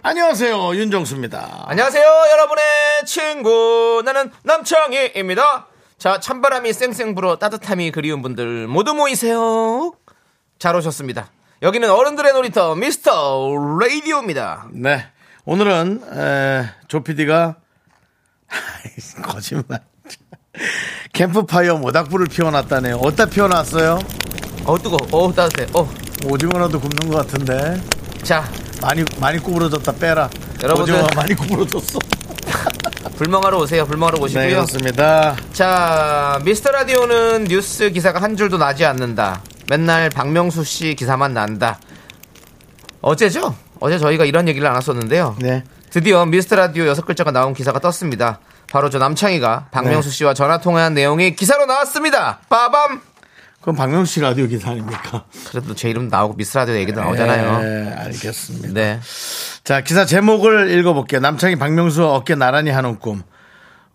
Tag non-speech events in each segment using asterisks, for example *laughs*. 안녕하세요 윤정수입니다. 안녕하세요, 여러분의 친구. 나는 남창희입니다. 자, 찬바람이 쌩쌩 불어 따뜻함이 그리운 분들 모두 모이세요. 잘 오셨습니다. 여기는 어른들의 놀이터 미스터 라디오입니다. 네 오늘은 에, 조 PD가 *laughs* 거짓말 캠프파이어 모닥불을 피워놨다네요. 어디다 피워놨어요? 어우, 뜨거. 어우, 따뜻해. 어. 오징어라도 굽는 것 같은데 자, 많이 많이 구부러졌다 빼라. 여러분들. 오징어 많이 구부러졌어. 불멍하러 오세요. 불멍하러 네 오시고요. 그렇습니다. 자, 미스터 라디오는 뉴스 기사가 한 줄도 나지 않는다. 맨날 박명수 씨 기사만 난다. 어제죠? 어제 저희가 이런 얘기를 나눴었는데요. 네 드디어 미스터 라디오 여섯 글자가 나온 기사가 떴습니다. 바로 저 남창희가 박명수 씨와 전화 통화한 내용이 기사로 나왔습니다. 빠밤. 그건 박명수 씨 라디오 기사 아닙니까? 그래도 제 이름 나오고 미스터 라디오 얘기도 나오잖아요. 네 알겠습니다. 네. 자 기사 제목을 읽어볼게요. 남창이 박명수 어깨 나란히 하는 꿈.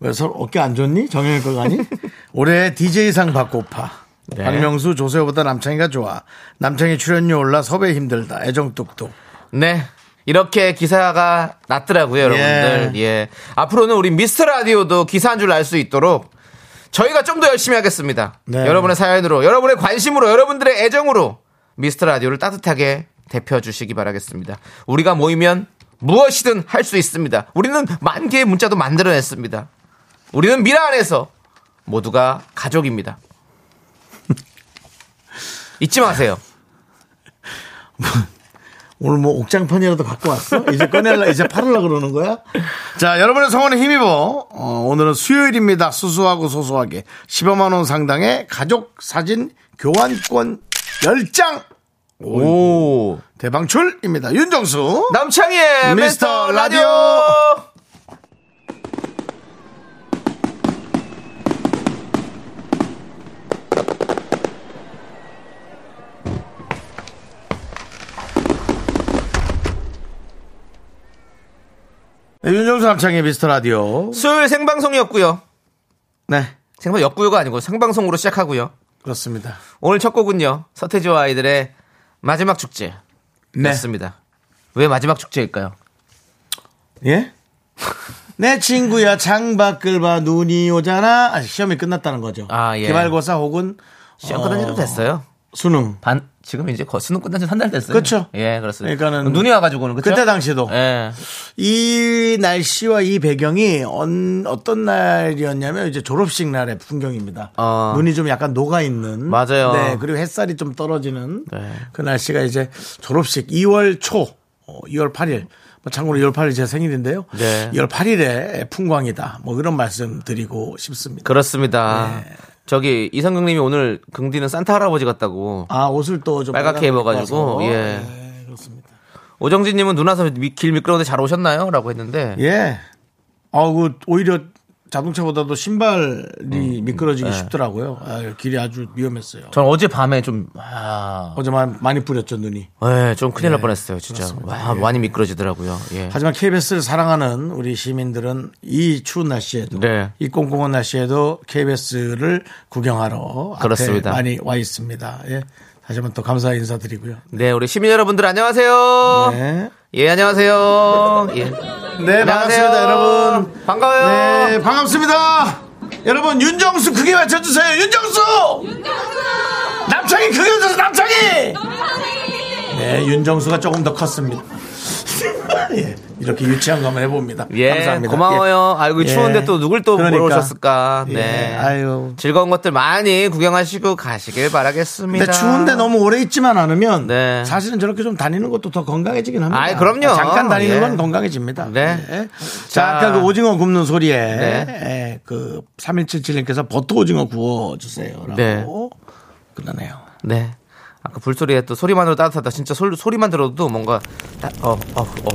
왜 서로 어깨 안 좋니? 정영일 거 *laughs* 아니? 올해 DJ상 받고파. 네. 박명수 조세호보다 남창이가 좋아. 남창이 출연료 올라 섭외 힘들다. 애정 뚝뚝. 네. 이렇게 기사가 났더라고요, 여러분들. 예. 앞으로는 우리 미스터 라디오도 기사 한 줄 알 수 있도록 저희가 좀 더 열심히 하겠습니다. 네. 여러분의 사연으로, 여러분의 관심으로, 여러분들의 애정으로 미스터 라디오를 따뜻하게 대표해 주시기 바라겠습니다. 우리가 모이면 무엇이든 할 수 있습니다. 우리는 만 개의 문자도 만들어냈습니다. 우리는 미라 안에서 모두가 가족입니다. 잊지 마세요. 오늘 뭐 옥장판이라도 갖고 왔어? 이제 꺼낼라, 이제 팔으려 그러는 거야? 자, 여러분의 성원에 힘입어. 어, 오늘은 수요일입니다. 수수하고 소소하게. 15만원 상당의 가족 사진 교환권 10장! 오. 대방출입니다. 윤정수. 미스터 남창희의 미스터 라디오. 라디오. 네, 윤정수 남창의 미스터 라디오. 수요일 생방송이었고요. 네, 생방역구요가 아니고 생방송으로 시작하고요. 그렇습니다. 오늘 첫 곡은요. 서태지와 아이들의 마지막 축제였습니다. 네. 왜 마지막 축제일까요? 예? *laughs* 내 친구야 창밖을 봐 눈이 오잖아. 아, 시험이 끝났다는 거죠. 아, 예. 기말고사 혹은 시험 끝난 지도 어, 됐어요. 수능. 반 지금 이제 거- 수능 끝난 지 한 달 됐어요. 그쵸. 예, 그렇습니다. 그러니까는 눈이 와가지고는 그쵸? 그때 당시도. 예. 이 날씨와 이 배경이 언- 어떤 날이었냐면 이제 졸업식 날의 풍경입니다. 아. 눈이 좀 약간 녹아 있는. 맞아요. 네, 그리고 햇살이 좀 떨어지는 네. 그 날씨가 이제 졸업식 2월 초, 어, 2월 8일. 뭐 참고로 2월 8일 제 생일인데요. 네. 2월 8일에 풍광이다. 뭐 이런 말씀 드리고 싶습니다. 그렇습니다. 네. 저기 이성경님이 오늘 긍디는 산타 할아버지 같다고. 아 옷을 또 좀 네, 빨갛게 입어가지고, 예. 그렇습니다. 오정진님은 눈 와서 미- 길 미끄러운데 잘 오셨나요?라고 했는데. 예. 아우 그 오히려 자동차보다도 신발이 음, 예. 미끄러지기 쉽더라고요. 아, 길이 아주 위험했어요. 전 어제 밤에 좀 아, 어제만 많이 뿌렸죠 눈이. 예, 좀 큰일 날 뻔했어요, 진짜. 와, 많이 미끄러지더라고요. 예. 네, 예. 하지만 KBS를 사랑하는 우리 시민들은 이 추운 날씨에도 네. 이 꽁꽁한 날씨에도 KBS를 구경하러 그렇습니다. 앞에 많이 와 있습니다. 예. 다시 한번 또 감사 인사드리고요. 네, 우리 시민 여러분들 안녕하세요. 네. 예, 안녕하세요. 예. 네, 안녕하세요. 반갑습니다, 여러분. 반가워요. 네, 반갑습니다. 여러분 윤정수 크게 외쳐주세요. 윤정수. 남창이 크게 외쳐서 남창이. 네, 윤정수가 조금 더 컸습니다. *laughs* 예, 이렇게 유치한 거 한번 해봅니다. 예, 네, 감사합니다. 고마워요. 아이고, 예. 추운데 또 누굴 또 그러니까. 보러 오셨을까. 네. 예, 아유. 즐거운 것들 많이 구경하시고 가시길 바라겠습니다. 근데 추운데 너무 오래 있지만 않으면 네. 사실은 저렇게 좀 다니는 것도 더 건강해지긴 합니다. 아이, 그럼요. 잠깐 다니는 예. 건 건강해집니다. 네. 예. 자, 자. 아까 그 오징어 굽는 소리에 네. 예, 그 3177님께서 버터 오징어 구워 주세요라고 네. 끝나네요. 네. 아까 불소리에 또 소리만으로 따뜻하다. 진짜 소, 소리만 들어도 뭔가, 따, 어, 어, 어.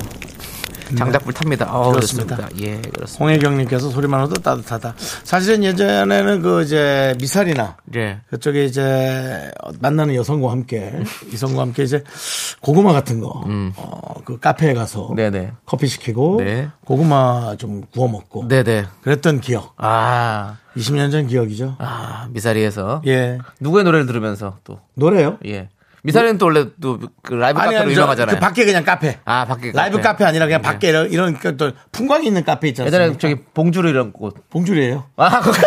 장작불 탑니다. 아, 네. 그렇습니다. 그렇습니다. 예, 그렇습니다. 홍혜경님께서 소리만 해도 따뜻하다. 사실은 예전에는 그 이제 미사리나 예. 그쪽에 이제 만나는 여성과 함께 이성과 함께 이제 고구마 같은 거, 어, 그 카페에 가서 음. 네네. 커피 시키고 네. 고구마 좀 구워 먹고 네, 네. 그랬던 기억. 아, 20년 전 기억이죠. 아, 미사리에서 예. 누구의 노래를 들으면서 또 노래요? 예. 미사리는 또 원래 또 그 라이브 아니, 카페로 아니, 저, 유명하잖아요. 그 밖에 그냥 카페. 아, 밖에 라이브 카페, 아니라 그냥 밖에 이런, 이런 그또 풍광이 있는 카페 있잖아요. 예전에 저기 봉주르 이런 곳. 봉줄이에요. *laughs* 아, 거기-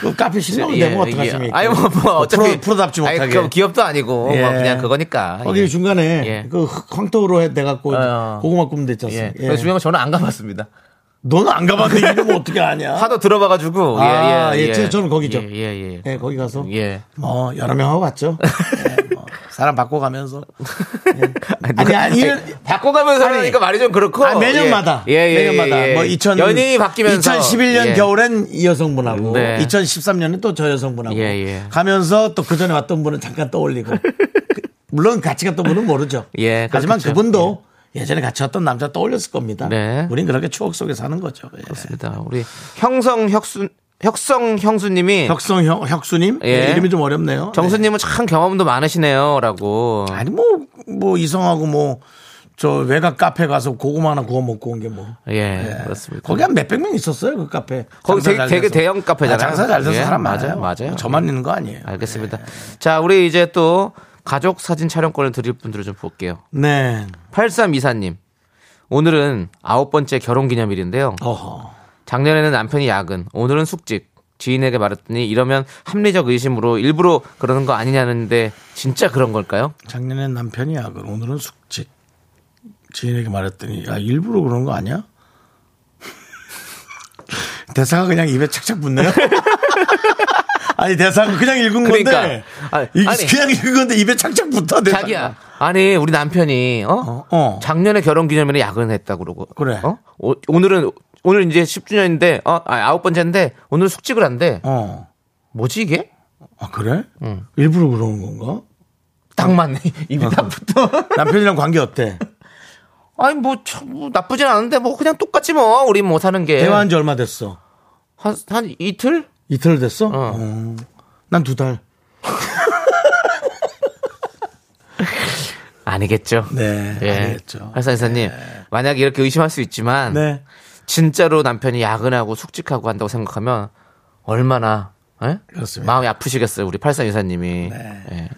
그 카페 실명은 예, 내면 예. 어떡하십니까? 그 아니 뭐, 뭐 어차피 프로, 프로답지 아니, 못하게. 그럼 기업도 아니고 예. 뭐 그냥 그거니까. 거기 예. 중간에 예. 그 황토로 해 돼갖고 어. 고구마 굽는 데 있잖아. 예. 요 그래서 중요한 건 저는 안 가봤습니다. 너는 안 가봤는데 이름을 어떻게 아냐? 하도 들어봐가지고. 아, 예, 저- 저는 거기죠. 예, 예, 예. 예, 거기 가서 예. 뭐 여러 명 하고 *laughs* 갔죠. 예, 뭐 사람 바꿔가면서. 예. 아니, 아니, 이런- 바꿔가면서 아니, 하니까 말이 좀 그렇고. 아, 매년마다. 예, 예. 매년마다. 예, 예. 뭐 2000, 연인이 바뀌면서. 2011년 예. 겨울엔 이 여성분하고 네. 2013년에 또 저 여성분하고 예, 예. 가면서 또 그 전에 왔던 분은 잠깐 떠올리고 그- 물론 같이 갔던 분은 모르죠. 예, 하지만 그렇겠죠. 그분도 예. 전에 같이 왔던 남자 떠올렸을 겁니다. 네. 우린 그렇게 추억 속에 사는 거죠. 예. 그렇습니다. 우리 형성 혁수, 혁성 형수님이. 혁성 형, 혁수님 예. 예, 이름이 좀 어렵네요. 네. 정수님은 참 경험도 많으시네요. 라고. 아니 뭐 뭐 이성하고 뭐 저 외곽 카페 가서 고구마 하나 구워 먹고 온 게 뭐. 예, 그렇습니다. 거기 한 몇백 명 있었어요 그 카페. 거기 장사 되게- 잘 되게 돼서. 대형 카페잖아요. 아, 장사 잘 돼서 예, 사람 맞아요, 많아요. 맞아요. 저만 있는 거 아니에요. 알겠습니다. 자, 우리 이제 또 가족 사진 촬영권을 드릴 분들을 좀 볼게요. 네. 8324님. 오늘은 아홉 번째 결혼 기념일인데요. 어허. 작년에는 남편이 야근, 오늘은 숙직. 지인에게 말했더니 이러면 합리적 의심으로 일부러 그러는 거 아니냐는데 진짜 그런 걸까요? 작년엔 남편이 야근, 오늘은 숙직. 지인에게 말했더니 야 일부러 그런 거 아니야? *laughs* 대사가 그냥 입에 착착 붙네요. *laughs* 아니 대사가 그냥 읽은 건데 그러니까. 아니, 이- 아니. 그냥 읽은 건데 입에 착착 붙어 대사가. 자기야. 아니, 우리 남편이 어? 네, 어, 어. 작년에 결혼 기념일에 야근했다 그러고. 그래. 어? 오, 오늘은 오늘 이제 10주년인데 어, 아, 아홉 번째인데 오늘 숙직을 한대. 어. 뭐지 이게? 아 그래? 일부러 그러는 건가? 딱 맞네. *laughs* 입이 딱 붙어. *laughs* 남편이랑 관계 어때? 아니 뭐, 참, 뭐 나쁘진 않은데 뭐 그냥 똑같지 뭐. 우리 뭐 사는 게. 대화한 지 얼마 됐어? 한, 한 이틀? 이틀 됐어? 어. 난 두 달. 아니겠죠. 네. 예. 알겠죠. 회사 이사님, 만약에 이렇게 의심할 수 있지만, 네. 진짜로 남편이 야근하고 숙직하고 한다고 생각하면 얼마나 예? 그렇습니다. 네. 마음이 아프시겠어요, 우리 팔사 이사님이. 예.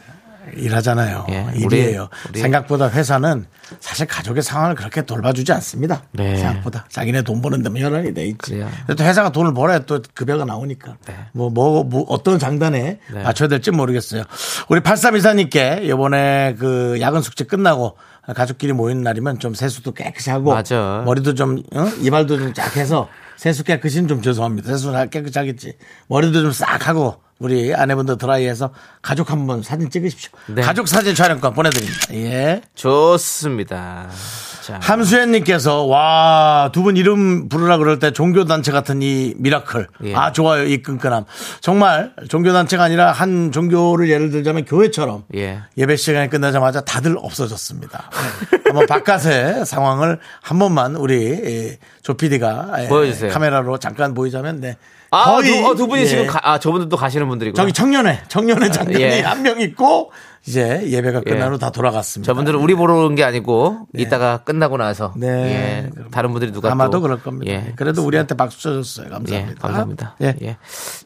일하잖아요. 예, 우리- 일이에요. 우리- 생각보다 회사는 사실 가족의 상황을 그렇게 돌봐주지 않습니다. 네. 생각보다 자기네 돈 버는 데면 열안이 돼 있지. 그래요. 근데 또 회사가 돈을 벌어야 또 급여가 나오니까 뭐, 뭐, 뭐 어떤 장단에 네. 맞춰야 될지 모르겠어요. 우리 8324님께 이번에 그 야근 숙제 끝나고 가족끼리 모이는 날이면 좀 세수도 깨끗이 하고 맞아. 머리도 좀 어? 이발도 좀 쫙 해서 세수 깨끗이는 좀 죄송합니다. 세수는 깨끗이 하겠지. 머리도 좀 싹 하고 우리 아내분도 드라이해서 가족 한번 사진 찍으십시오. 네. 가족 사진 촬영권 보내드립니다. 예. 좋습니다. 자, 함수현님께서 와 두 분 이름 부르라 그럴 때 종교단체 같은 이 미라클 예. 아 좋아요 이 끈끈함 정말 종교단체가 아니라 한 종교를 예를 들자면 교회처럼 예. 예배 시간이 끝나자마자 다들 없어졌습니다. 네. 한번 바깥의 상황을 한 번만 우리 조피디가 예, 보여주세요. 카메라로 잠깐 보이자면 네. 아, 두, 어, 두 분이 예. 지금 가, 아, 저분들도 가시는 분들이고. 저기 청년회 청년회 장관이 예. 한 명 있고 이제 예배가 예. 끝난 후 다 돌아갔습니다. 저분들은 우리 보러 온 게 아니고 이따가 끝나고 나서 네. 예, 다른 분들이 누가 아마도 또- 그럴 겁니다. 네, 예, 그래도 우리한테 박수 쳐줬어요. 감사합니다. 예, 감사합니다. 예. 예.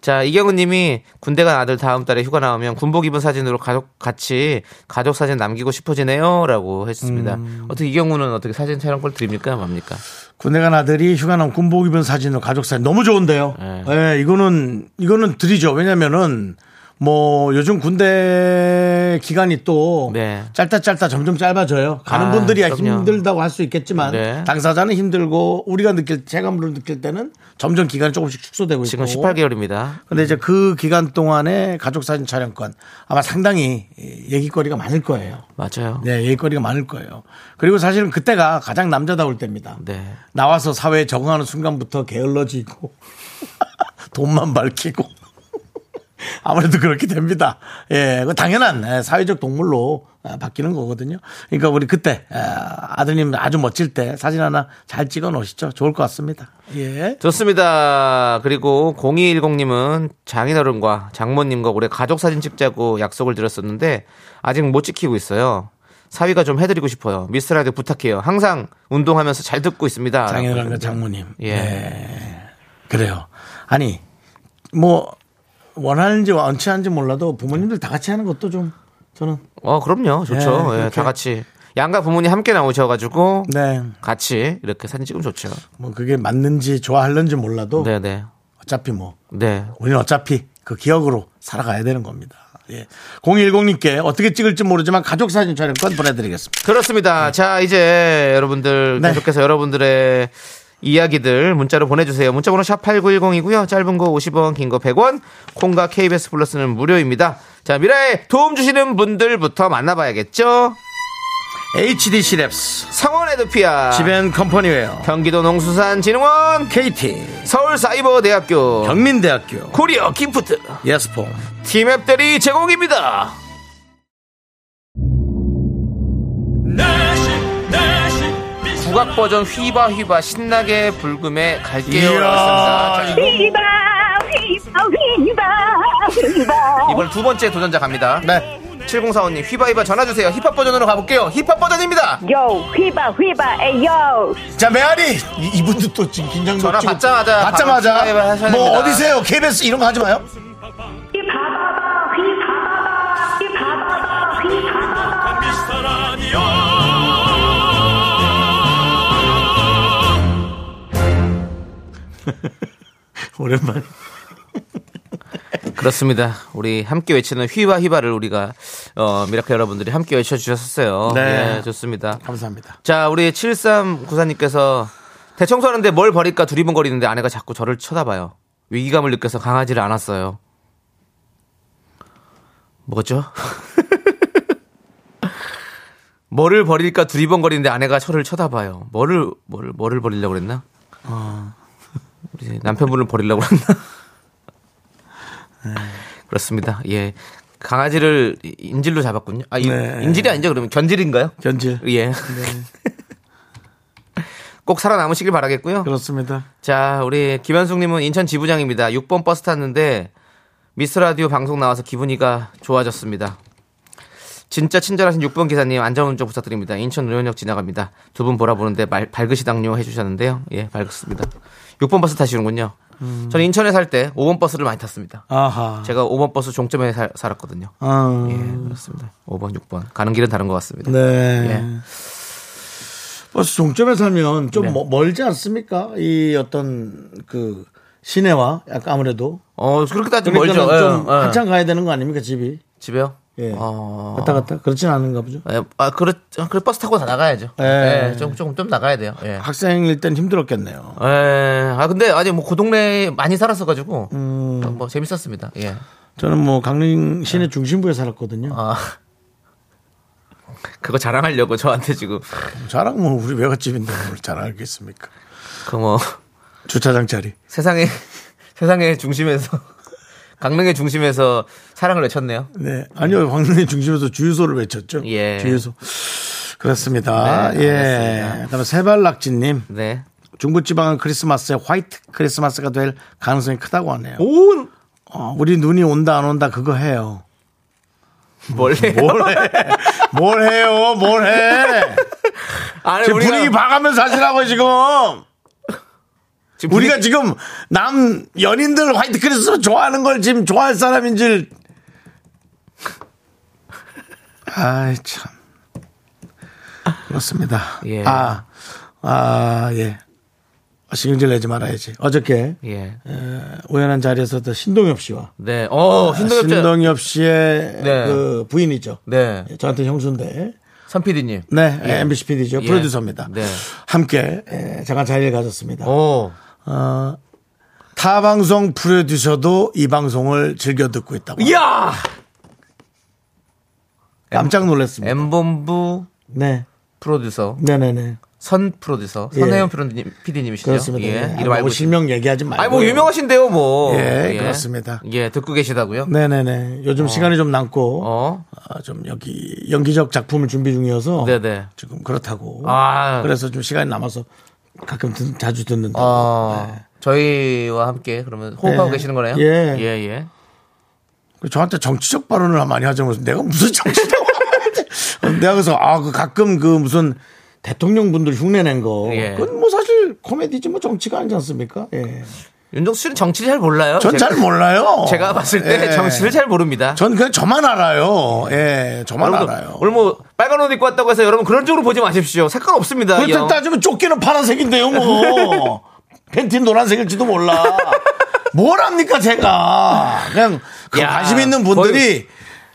자, 이경은 님이 군대 간 아들 다음 달에 휴가 나오면 군복 입은 사진으로 가족 같이 가족 사진 남기고 싶어지네요. 라고 했습니다. 음. 어떻게 이경우는 어떻게 사진 촬영권 드립니까? 맙니까? 군대 간 아들이 휴가 나온 군복 입은 사진으로 가족 사진 너무 좋은데요. 예, 이거는 이거는 드리죠. 왜냐면은 뭐 요즘 군대 기간이 또 네. 짧다 짧다 점점 짧아져요. 가는 아, 분들이야 그럼요. 힘들다고 할 수 있겠지만 네. 당사자는 힘들고 우리가 느낄 체감으로 느낄 때는 점점 기간이 조금씩 축소되고 지금 있고 18개월입니다. 근데 이제 그 기간 동안에 가족 사진 촬영권 아마 상당히 얘기거리가 많을 거예요. 맞아요. 네, 얘기거리가 많을 거예요. 그리고 사실은 그때가 가장 남자다울 때입니다. 네. 나와서 사회에 *laughs* 적응하는 순간부터 게을러지고 돈만 밝히고 *laughs* 아무래도 그렇게 됩니다. 예, 그 당연한 예, 사회적 동물로 아, 바뀌는 거거든요. 그러니까 우리 그때 예, 아드님 아주 멋질 때 사진 하나 잘 찍어 놓으시죠. 좋을 것 같습니다. 예. 좋습니다. 그리고 0210님은 장인어른과 장모님과 올해 가족 사진 찍자고 약속을 드렸었는데 아직 못 지키고 있어요. 사위가 좀 해드리고 싶어요. 미스라디오 부탁해요. 항상 운동하면서 잘 듣고 있습니다. 장인어른과 장모님. 네, 예. 그래요. 아니, 뭐, 원하는지 원치 않은지 몰라도 부모님들 다 같이 하는 것도 좀 저는. 어, 그럼요. 좋죠. 예, 예, 그렇게. 다 같이. 양가 부모님 함께 나오셔가지고 네. 같이 이렇게 사진 찍으면 좋죠. 뭐 그게 맞는지 좋아하는지 몰라도 네네. 어차피 뭐 네. 우리는 어차피 그 기억으로 살아가야 되는 겁니다. 예. 010님께 어떻게 찍을지 모르지만 가족 사진 촬영권 보내드리겠습니다. 그렇습니다. 자, 이제 여러분들 네. 계속해서 여러분들의 이야기들 문자로 보내주세요. 문자번호 샵 8910이고요. 짧은 거 50원, 긴 거 100원, 콩과 KBS 플러스는 무료입니다. 자, 미라에 도움 주시는 분들부터 만나봐야겠죠. HDC 랩스, 성원 에드피아, 지벤 컴퍼니웨어, 경기도 농수산진흥원, KT, 서울사이버대학교, 경민대학교, 코리어 기프트, 예스폼. 팀앱 대리 제공입니다. 내식 내식 국악 버전 휘바 휘바 신나게 불금에 갈게요. 이야, 이 휘바 휘바 휘바 휘바 이번 두 번째 도전자 갑니다. 네. 7045님 휘바휘바 전화주세요 힙합 버전으로 가볼게요 힙합 버전입니다 요 휘바 휘바 에요 자, 메아리! 이, 분도또 지금 긴장 전화 받자마자 바로 휘바휘바 하셔야 받자마자. 뭐 됩니다. 어디세요? KBS 이런 거 하지 마요. 휘바바바 휘바바바 휘바바바 휘바바바 미스터 라디오 오랜만에. 그렇습니다 우리 함께 외치는 휘바휘바를 우리가 어, 미라클 여러분들이 함께 외쳐주셨어요 네. 예, 좋습니다 감사합니다. 자 우리 7394님께서 대청소하는데 뭘 버릴까 두리번거리는데 아내가 자꾸 저를 쳐다봐요 위기감을 느껴서 강하지를 않았어요 뭐죠? *laughs* 뭐를 버릴까 두리번거리는데 아내가 저를 쳐다봐요 뭐를 뭐를 뭐를 버리려고 그랬나? *laughs* 우리 남편분을 버리려고 그랬나? 그렇습니다. 예. 강아지를 인질로 잡았군요. 아, 이- 네. 인질이 아니죠? 그러면 견질인가요? 견질. 예. 꼭 살아남으시길 바라겠고요. 그렇습니다. 자, 우리 김현숙님은 인천 지부장입니다. 6번 버스 탔는데 미스 라디오 방송 나와서 기분이가 좋아졌습니다. 진짜 친절하신 6번 기사님 안전운전 부탁드립니다. 인천 노현역 지나갑니다. 두 분 보라보는데 말, 밝으시당요 해주셨는데요. 예, 밝습니다. 6번 버스 타시는군요. 저는 인천에 살 때 5번 버스를 많이 탔습니다. 음. 아하. 제가 5번 버스 종점에 살, 살았거든요. 아, 예, 그렇습니다. 5번, 6번. 가는 길은 다른 것 같습니다. 네. 예. 버스 종점에 살면 좀 네. 멀- 멀지 않습니까? 이 어떤 그 시내와 약간 아무래도 어, 그렇게 따지면 그러니까는 멀죠. 좀 예, 예. 한참 가야 되는 거 아닙니까 집이? 집에요? 예. 어. 왔다 갔다 그렇진 않은가 보죠. 예, 아, 그렇, 아, 그래, 버스 타고 다 나가야죠. 예. 예. 좀, 좀, 좀 나가야 돼요. 예. 학생일 땐 힘들었겠네요. 예. 아, 근데 아직 뭐, 그 동네에 많이 살았어가지고. 뭐, 재밌었습니다. 예. 저는 뭐 강릉 시내 중심부에 살았거든요. 아. *laughs* 그거 자랑하려고 저한테 지금. 자랑 뭐 우리 외갓집인데 뭘 자랑하겠습니까? 그 뭐, *laughs* 주차장 자리. 세상에, *laughs* 세상의 중심에서. *laughs* 강릉의 중심에서 사랑을 외쳤네요. 네. 아니요. 강릉의 중심에서 주유소를 외쳤죠. 예. 주유소. 그렇습니다. 네, 예. 알겠습니다. 그다음에 세발낙지님. 네. 중부지방은 크리스마스에 화이트 크리스마스가 될 가능성이 크다고 하네요. 오! 어, 우리 눈이 온다 안 온다 그거 해요. 뭘 해? 뭘 해? *laughs* 뭘 해요? 뭘 해? *laughs* 아니, 지금 우리가- 분위기 봐가면서 하시라고 지금. 지금 분위기- 우리가 지금 남 연인들 화이트 크리스마스 좋아하는 걸 지금 좋아할 사람인 줄. 아이 참. 그렇습니다. 예. 아, 아 예. 신경질 내지 말아야지. 어저께 예. 우연한 자리에서 또 신동엽 씨와 네. 어, 신동엽 씨. 신동엽 아, 씨의 네. 그 부인이죠. 예, 네. 저한테 형수인데. 선피디님. 네, MBC PD죠. 예. 프로듀서입니다. 네. 함께 예, 잠깐 자리를 가졌습니다. 오. 어, 타 방송 프로듀서도 이 방송을 즐겨 듣고 있다고. 이야! 깜짝 놀랐습니다. M본부 네, 프로듀서 네, 네, 네. 선 프로듀서 예. 선혜연 프로님 PD님이시죠? 그렇습니다. 예, 예. 이름 아, 알고 뭐 실명 얘기하지 말고. 아니 뭐 유명하신데요, 뭐. 예, 그렇습니다. 예, 듣고 계시다고요? 네네네. 요즘 시간이 좀 남고 어. 아, 좀 여기 연기적 작품을 준비 중이어서 네네. 지금 그렇다고. 아. 그래서 좀 시간이 남아서 가끔 듣- 자주 듣는다. 어. 저희와 함께 그러면 호흡하고 예. 계시는 거네요? 예. 예, 예. 그 저한테 정치적 발언을 많이 하자면서 내가 무슨 정치적 발언을 *laughs* 내가 그래서 아 그 가끔 그 무슨 대통령 분들 흉내 낸 거. 예. 그건 뭐 사실 코미디지 뭐 정치가 아니지 않습니까? 예. 윤정수 씨는 정치를 잘 몰라요. 전 어, 제가- 잘 몰라요. 제가 봤을 때 예. 정치를 잘 모릅니다. 전 그냥 저만 알아요. 예, 저만 여러분들, 알아요. 오늘 뭐 빨간 옷 입고 왔다고 해서 여러분 그런 쪽으로 보지 마십시오. 상관없습니다. 이 그렇게 형. 따지면 조끼는 파란색인데요, *laughs* 뭐. 팬티는 노란색일지도 몰라. 뭘 합니까, 제가. 그냥 그 야, 관심 있는 분들이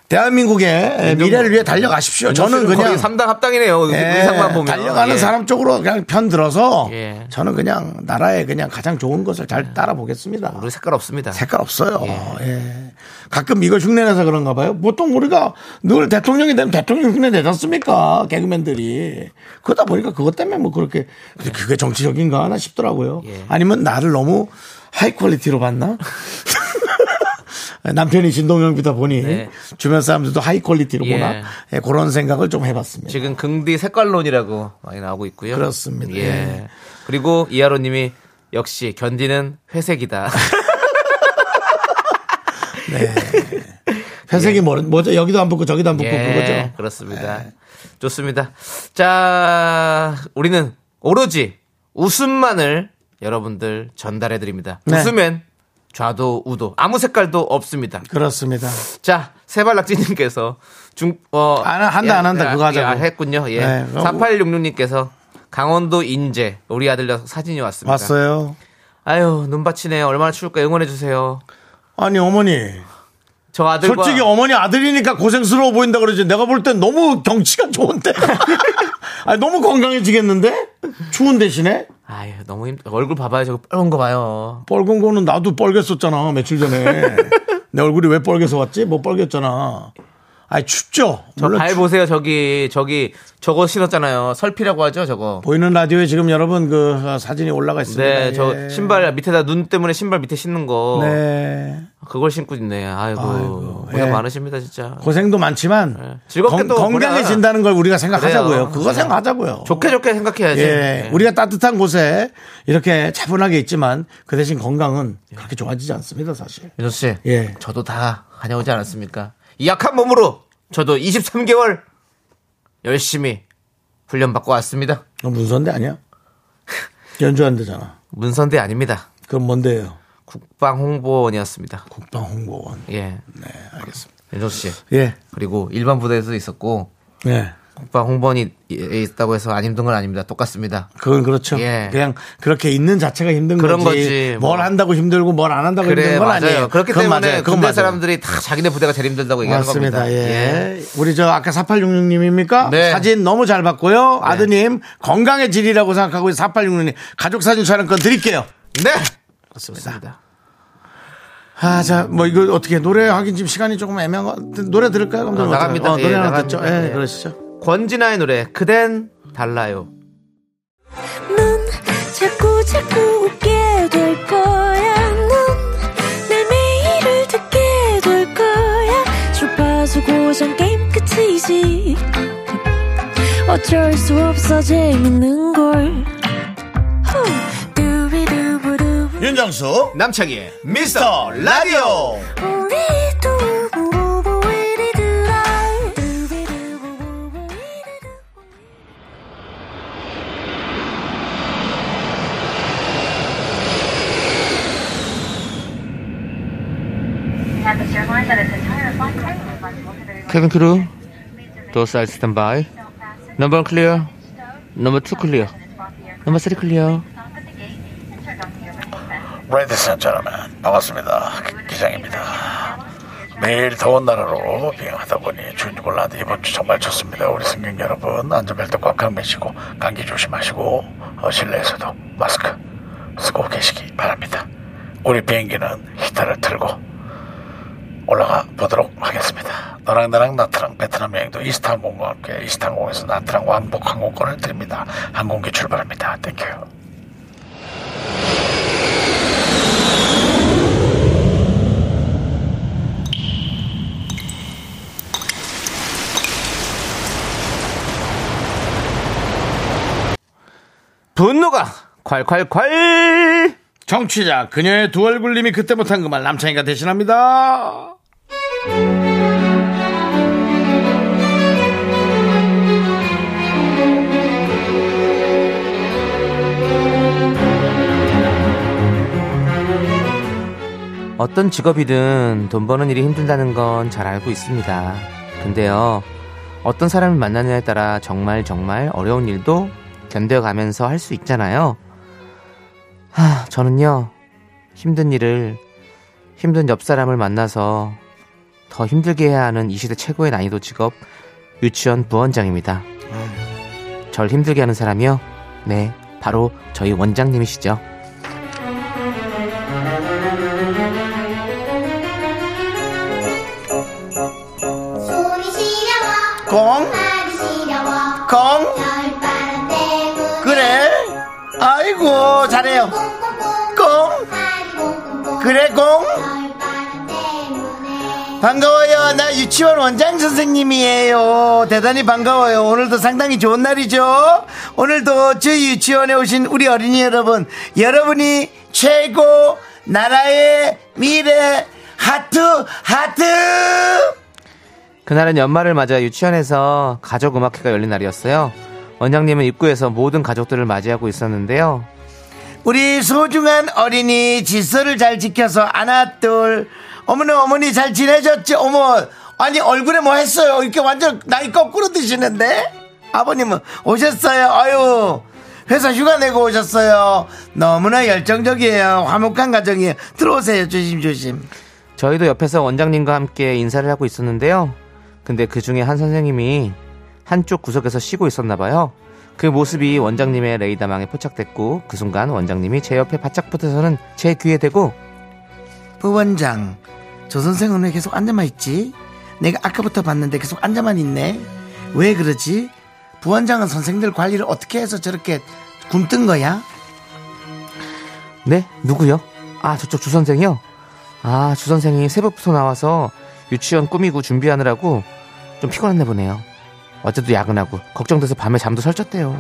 대한민국의 미래를 위해 달려가십시오. 저는 그냥 거의 3당 합당이네요. 예, 의상만 보면. 달려가는 예. 사람 쪽으로 그냥 편 들어서 예. 저는 그냥 나라에 그냥 가장 좋은 것을 잘 따라 보겠습니다. 우리 색깔 없습니다. 색깔 없어요. 예. 가끔 이걸 흉내내서 그런가 봐요. 보통 우리가 늘 대통령이 되면 대통령 흉내 내지 않습니까? 개그맨들이. 그러다 보니까 그것 때문에 뭐 그렇게 근데 그게 정치적인가 하나 싶더라고요. 예. 아니면 나를 너무 하이 퀄리티로 봤나? *laughs* 남편이 진동영이다 보니 네. 주변 사람들도 하이 퀄리티로 예. 보나 예, 그런 생각을 좀 해봤습니다. 지금 긍디 색깔론이라고 많이 나오고 있고요. 그렇습니다. 예. 그리고 이하로님이 역시 견디는 회색이다. 회색이 뭐, 뭐죠? 여기도 안 붙고 저기도 안 붙고 *laughs* 예, 그거죠. 그렇습니다. 좋습니다. 자, 우리는 오로지 웃음만을 여러분들 전달해 드립니다. 네. 웃으면 좌도 우도 아무 색깔도 없습니다. 그렇습니다. 자, 세발낙지님께서 중, 어. 안 하- 한다, 안 한다. 그거 하자고. 예, 아, 했군요. 예. 네, 그럼 4866님께서 강원도 인제 우리 아들 녀석 사진이 왔습니다. 왔어요. 아유, 눈밭이네. 얼마나 추울까 응원해주세요. 아니 어머니 저 아들과. 솔직히 어머니 아들이니까 고생스러워 보인다 그러지. 내가 볼 땐 너무 경치가 좋은데. *laughs* 아니, 너무 건강해지겠는데? 추운 대신에? 아유, 너무 힘들 얼굴 봐봐요. 저거 빨간 거 봐요. 뻘건 거는 나도 뻘갰었잖아, 며칠 전에. 내 얼굴이 왜 뻘개서 왔지? 뭐 뻘갰잖아. 아니, 춥죠? 저 물론 발 추- 보세요. 저기, 저기, 저거 신었잖아요. 설피라고 하죠, 저거. 보이는 라디오에 지금 여러분 그 아, 사진이 올라가 있습니다. 네, 예. 저 신발 밑에다 눈 때문에 신발 밑에 신는 거. 네. 그걸 신고 있네. 아이고. 아이고, 고생 예. 많으십니다, 진짜. 고생도 많지만 예. 즐겁게 또 건강해진다는 걸 우리가 생각하자고요. 그래요. 그거 네. 생각하자고요. 좋게 좋게 생각해야지. 예, 예. 우리가 따뜻한 곳에 이렇게 차분하게 있지만 그 대신 건강은 그렇게 좋아지지 않습니다, 사실. 윤수 씨, 예. 저도 다 다녀오지 않았습니까? 이 약한 몸으로 저도 23개월 열심히 훈련 받고 왔습니다. 그건 문선대 *laughs* 아니야? 연주 안 되잖아. 문선대 아닙니다. 그건 뭔데요? 국방 홍보원이었습니다. 국방 홍보원. 예, 네, 알겠습니다. 윤수 씨. 예. 그리고 일반 부대에도 있었고 예. 국방 홍보원이 이- 있다고 해서 안 힘든 건 아닙니다. 똑같습니다. 그건 그렇죠. 예. 그냥 그렇게 있는 자체가 힘든 그런 거지. 거지. 뭘 뭐. 한다고 힘들고 뭘 안 한다고 그래 힘든 건 맞아요. 아니에요. 그렇기 그건 때문에 맞아요. 군대 그건 맞아요. 사람들이 다 자기네 부대가 제일 힘들다고 얘기하는 맞습니다. 겁니다. 예. 우리 저 아까 4866님입니까? 네. 사진 너무 잘 봤고요. 아드님 건강의 질이라고 생각하고 4866님 가족 사진 촬영권 드릴게요. 네, 그렇습니다. 좋습니다. 아, 자, 뭐 이거 어떻게 노래 하긴 지금 시간이 조금 애매한 것 같은데 노래 들을까요? 그럼 어, 나갑니다. 어, 노래 예, 하나 나갑니다. 듣죠. 예, 예. 그러시죠. 권진아의 노래 그댄 달라요. 넌 자꾸 자꾸 웃게 될 거야. 넌내 매일을 듣게 될 거야. 주파수 고정 게임 끝이지. 어쩔 수 없어 재밌는 걸. 후. 두비두부두부. 윤정수 남창희의 어? 미스터 라디오. 우리 두부부부 우리들아. 두비두부부부 우리들아. 그- 케빈 크루 도어 사이드 스탠바이 넘버 1 클리어 넘버 2 클리어 넘버 3 클리어 레디스 앤 저러면 반갑습니다 기장입니다 매일 더운 나라로 비행하다 보니 추운지 몰랐는데 이번 주 정말 춥습니다 우리 승객 여러분 안전벨트 꽉꽉 매시고 감기 조심하시고 어, 실내에서도 마스크 쓰고 계시기 바랍니다 우리 비행기는 히터를 틀고 올라가 보도록 하겠습니다. 어, 너랑 나랑 나트랑 베트남 여행도 이스탄항공과 함께 이스탄항공에서 나트랑 왕복 항공권을 드립니다. 항공기 출발합니다. 땡큐. 분노가 콸콸콸 정취자 그녀의 두 얼굴님이 그때 못한 그 말 남창이가 대신합니다. 어떤 직업이든 돈 버는 일이 힘들다는 건 잘 알고 있습니다. 근데요, 어떤 사람을 만나느냐에 따라 정말 정말 어려운 일도 견뎌가면서 할 수 있잖아요. 하, 저는요, 힘든 일을 힘든 옆 사람을 만나서 더 힘들게 해야 하는 이 시대 최고의 난이도 직업, 유치원 부원장입니다. 절 힘들게 하는 사람이요? 네, 바로 저희 원장님이시죠. 소리 시려워 꽁, 말이 시려워 꽁, 별바람 때문에 그래. 아이고, 잘해요. 꽁꽁꽁 꽁, 말이 꽁꽁꽁 그래, 꽁. 별바람 때문에 반가워요. 나 유치원 원장 선생님이에요. 대단히 반가워요. 오늘도 상당히 좋은 날이죠. 오늘도 저희 유치원에 오신 우리 어린이 여러분, 여러분이 최고 나라의 미래 하트 하트. 그날은 연말을 맞아 유치원에서 가족 음악회가 열린 날이었어요. 원장님은 입구에서 모든 가족들을 맞이하고 있었는데요. 우리 소중한 어린이 질서를 잘 지켜서 하나 둘 어머니 어머니 잘 지내셨지 어머 아니 얼굴에 뭐 했어요 이렇게 완전 나이 거꾸로 드시는데 아버님은 오셨어요 아유 회사 휴가 내고 오셨어요 너무나 열정적이에요 화목한 가정이에요 들어오세요 조심 조심 저희도 옆에서 원장님과 함께 인사를 하고 있었는데요. 근데 그 중에 한 선생님이 한쪽 구석에서 쉬고 있었나 봐요. 그 모습이 원장님의 레이더망에 포착됐고 그 순간 원장님이 제 옆에 바짝 붙어서는 제 귀에 대고 부원장 저 선생은 왜 계속 앉아만 있지 내가 아까부터 봤는데 계속 앉아만 있네 왜 그러지 부원장은 선생들 관리를 어떻게 해서 저렇게 굶뜬 거야 네? 누구요? 아, 저쪽 주선생이요? 아, 주선생이 새벽부터 나와서 유치원 꾸미고 준비하느라고 좀 피곤했나 보네요. 어제도 야근하고 걱정돼서 밤에 잠도 설쳤대요.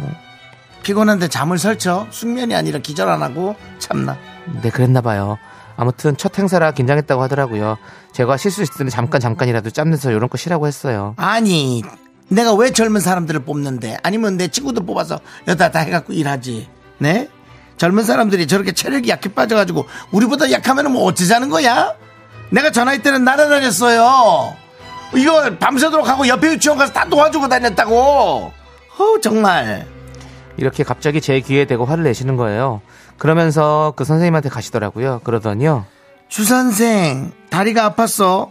피곤한데 잠을 설쳐 숙면이 아니라 기절 안 하고 참나 네, 그랬나 봐요. 아무튼 첫 행사라 긴장했다고 하더라고요. 제가 실수했을 때는 잠깐 잠깐이라도 짬내서 요런 거 쉬라고 했어요. 아니 내가 왜 젊은 사람들을 뽑는데 아니면 내 친구들 뽑아서 여다 다 해갖고 일하지 네 젊은 사람들이 저렇게 체력이 약해 빠져가지고 우리보다 약하면 뭐 어쩌자는 거야 내가 전화할 때는 날아다녔어요 이거 밤새도록 하고 옆에 유치원 가서 다 도와주고 다녔다고 어 정말 이렇게 갑자기 제 귀에 대고 화를 내시는 거예요. 그러면서 그 선생님한테 가시더라고요. 그러더니요. 주선생 다리가 아팠어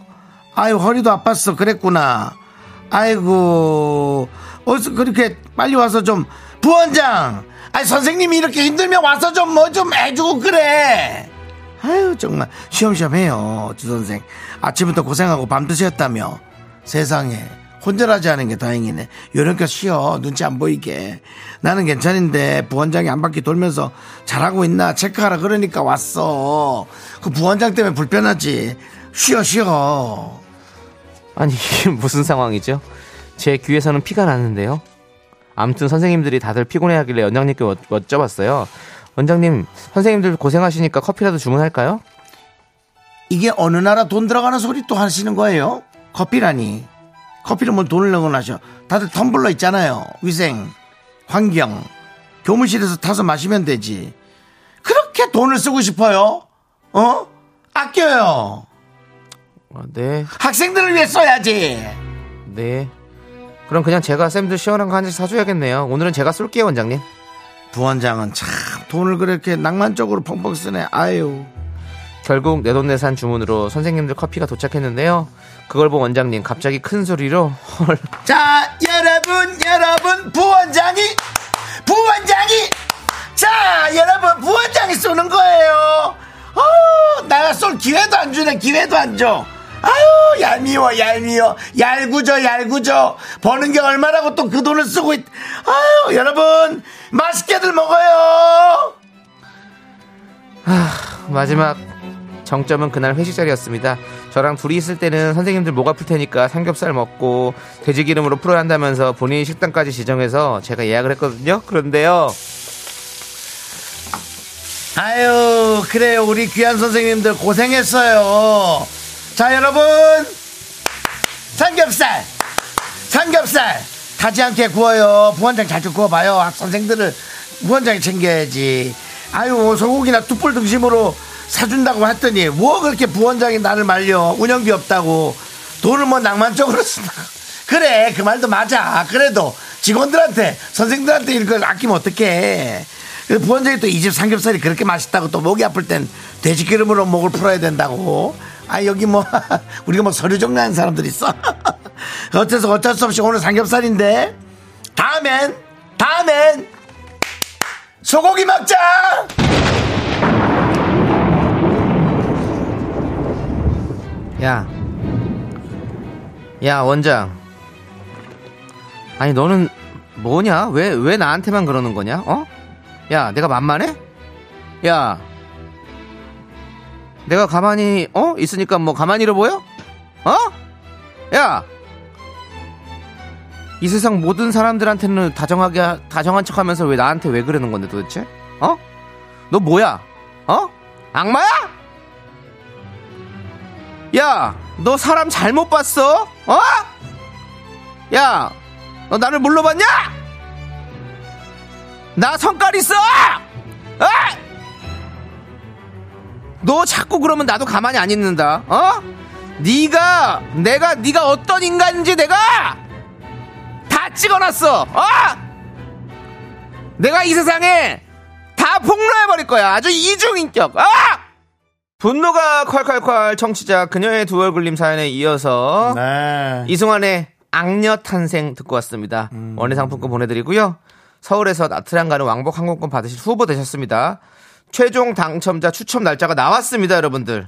아유 허리도 아팠어 그랬구나 아이고 어서 그렇게 빨리 와서 좀 부원장 아니 선생님이 이렇게 힘들면 와서 좀 뭐 좀 해주고 그래 아유 정말 쉬엄쉬엄 해요 주선생 아침부터 고생하고 밤드셨다며 세상에 혼절하지 않은 게 다행이네 요런껏 쉬어 눈치 안 보이게 나는 괜찮은데 부원장이 한 바퀴 돌면서 잘하고 있나 체크하라 그러니까 왔어 그 부원장 때문에 불편하지 쉬어 쉬어 아니 이게 *laughs* 무슨 상황이죠? 제 귀에서는 피가 나는데요. 아무튼 선생님들이 다들 피곤해하길래 원장님께 여- 여쭤봤어요. 원장님, 선생님들 고생하시니까 커피라도 주문할까요? 이게 어느 나라 돈 들어가는 소리 또 하시는 거예요? 커피라니. 커피를 뭘 돈을 내고 나셔. 다들 텀블러 있잖아요. 위생, 환경, 교무실에서 타서 마시면 되지. 그렇게 돈을 쓰고 싶어요? 어? 아껴요. 아, 네, 학생들을 위해 써야지. 네. 그럼 그냥 제가 쌤들 시원한 거 한 잔 사줘야겠네요. 오늘은 제가 쏠게요, 원장님. 부원장은 참 돈을 그렇게 낭만적으로 펑펑 쓰네. 아유. 결국 내돈내산 주문으로 선생님들 커피가 도착했는데요. 그걸 본 원장님 갑자기 큰 소리로 *laughs* 헐 자, 여러분, 여러분, 부원장이, 부원장이, 자, 여러분, 부원장이 쏘는 거예요. 어, 나가 쏠 기회도 안 주네, 기회도 안 줘. 아유 얄미워 얄미워 얄구져 얄구져 버는 게 얼마라고 또 그 돈을 쓰고 있 아유 여러분 맛있게들 먹어요 마지막 정점은 그날 회식 자리였습니다. 저랑 둘이 있을 때는 선생님들 목 아플 테니까 삼겹살 먹고 돼지기름으로 풀어야 한다면서 본인 식당까지 지정해서 제가 예약을 했거든요. 그런데요. 아유 그래요 우리 귀한 선생님들 고생했어요 자 여러분 삼겹살 삼겹살 타지 않게 구워요 부원장 잘 좀 구워봐요 학생들을 부원장이 챙겨야지 아유 뭐 소고기나 뚝불 등심으로 사준다고 했더니 뭐 그렇게 부원장이 나를 말려 운영비 없다고 돈을 뭐 낭만적으로 쓰나 그래 그 말도 맞아 그래도 직원들한테 선생들한테 이걸 아끼면 어떡해 그 부원장이 또 이 집 삼겹살이 그렇게 맛있다고 또 목이 아플 땐 돼지기름으로 목을 풀어야 된다고 아 여기 뭐 *laughs* 우리가 뭐 서류 정리하는 사람들 있어 *laughs* 어째서 어쩔 수 없이 오늘 삼겹살인데 다음엔 다음엔 소고기 먹자 야. 야, 원장. 아니, 너는 뭐냐? 왜, 왜 나한테만 그러는 거냐? 어? 야, 내가 만만해? 야. 내가 가만히, 어? 있으니까 뭐 가만히 잃어 보여? 어? 야! 이 세상 모든 사람들한테는 다정하게, 하- 다정한 척 하면서 왜 나한테 왜 그러는 건데 도대체? 어? 너 뭐야? 어? 악마야? 야, 너 사람 잘못 봤어? 어? 야, 너 나를 뭘로 봤냐? 나 성깔 있어! 어? 너 자꾸 그러면 나도 가만히 안 있는다. 어? 네가 내가 네가 어떤 인간인지 내가 다 찍어놨어. 어? 내가 이 세상에 다 폭로해 버릴 거야. 아주 이중 인격. 어? 분노가 콸콸콸 청취자 그녀의 두 얼굴님 사연에 이어서 네. 이승환의 악녀 탄생 듣고 왔습니다. 원예상품권 보내드리고요. 서울에서 나트랑 가는 왕복 항공권 받으실 후보 되셨습니다. 최종 당첨자 추첨 날짜가 나왔습니다, 여러분들.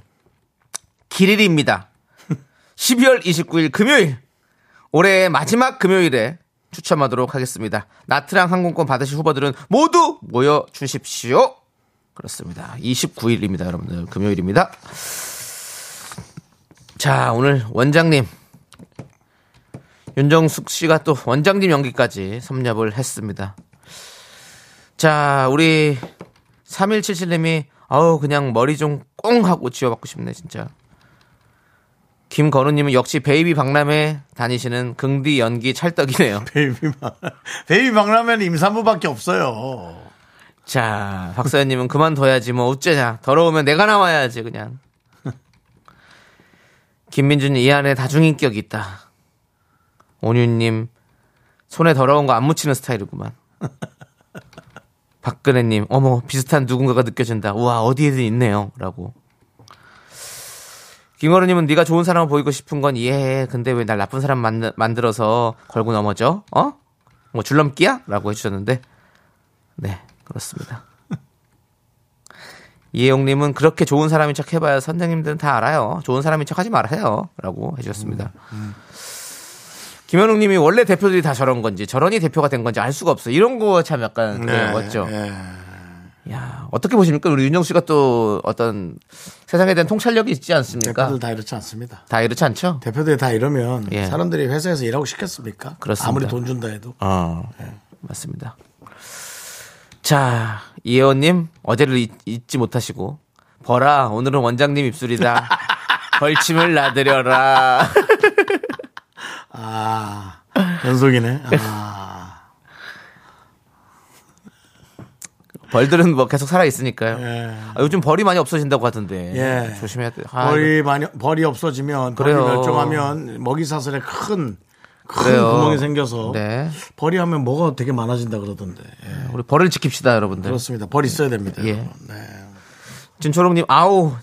길일입니다. 12월 29일 금요일 올해의 마지막 금요일에 추첨하도록 하겠습니다. 나트랑 항공권 받으실 후보들은 모두 모여 주십시오. 그렇습니다. 29일입니다, 여러분들. 금요일입니다. 자, 오늘 원장님. 윤정숙 씨가 또 원장님 연기까지 섭렵을 했습니다. 자, 우리 3177님이 아우 그냥 머리 좀 꽁 하고 지워받고 싶네 진짜. 김건우님은 역시 베이비 박람회 다니시는 긍디 연기 찰떡이네요. *laughs* 베이비만 베이비박라면 임산부밖에 없어요 자, 박서연님은 그만둬야지 뭐 어째냐. 더러우면 내가 나와야지 그냥. 김민준님 이 안에 다중인격이 있다. 온윤님 손에 더러운 거 안 묻히는 스타일이구만. 박근혜님 어머 비슷한 누군가가 느껴진다. 우와 어디에든 있네요.라고. 김어른님은 네가 좋은 사람 보이고 싶은 건 이해해. 근데 왜 날 나쁜 사람 만, 만들어서 걸고 넘어져? 어? 뭐 줄넘기야? 라고 해주셨는데 네, 그렇습니다. *laughs* 이혜영님은 그렇게 좋은 사람인 척 해봐야 선생님들은 다 알아요. 좋은 사람인 척 하지 말아요. 라고 해주셨습니다. 음, 김현웅님이 원래 대표들이 다 저런 건지 저런이 대표가 된 건지 알 수가 없어. 이런 거 참 약간 네, 그런 거 같죠. 예. 야 어떻게 보십니까? 우리 윤정 씨가 또 어떤 세상에 대한 통찰력이 있지 않습니까? 대표들 다 이렇지 않습니다 다 이렇지 않죠? 대표들이 다 이러면 그러니까. 예. 사람들이 회사에서 일하고 시켰습니까 그렇습니다. 아무리 돈 준다 해도 어, 맞습니다. 자, 이혜원님, 어제를 잊, 잊지 못하시고, 벌아, 오늘은 원장님 *laughs* 입술이다. 벌침을 나들여라. 아 연속이네 아 벌들은 뭐 계속 살아있으니까요. 예. 아, 요즘 벌이 많이 없어진다고 하던데. 예. 조심해야 돼요. 아, 벌이 많이 벌이 없어지면 벌이 그래요. 멸종하면 먹이 사슬에 큰큰 그래요. 구멍이 생겨서 네. 벌이 하면 뭐가 되게 많아진다 그러던데 예, 우리 벌을 지킵시다, 여러분들. 그렇습니다. 벌 있어야 됩니다. 예. 여러분. 네. 진초롱님, 아우,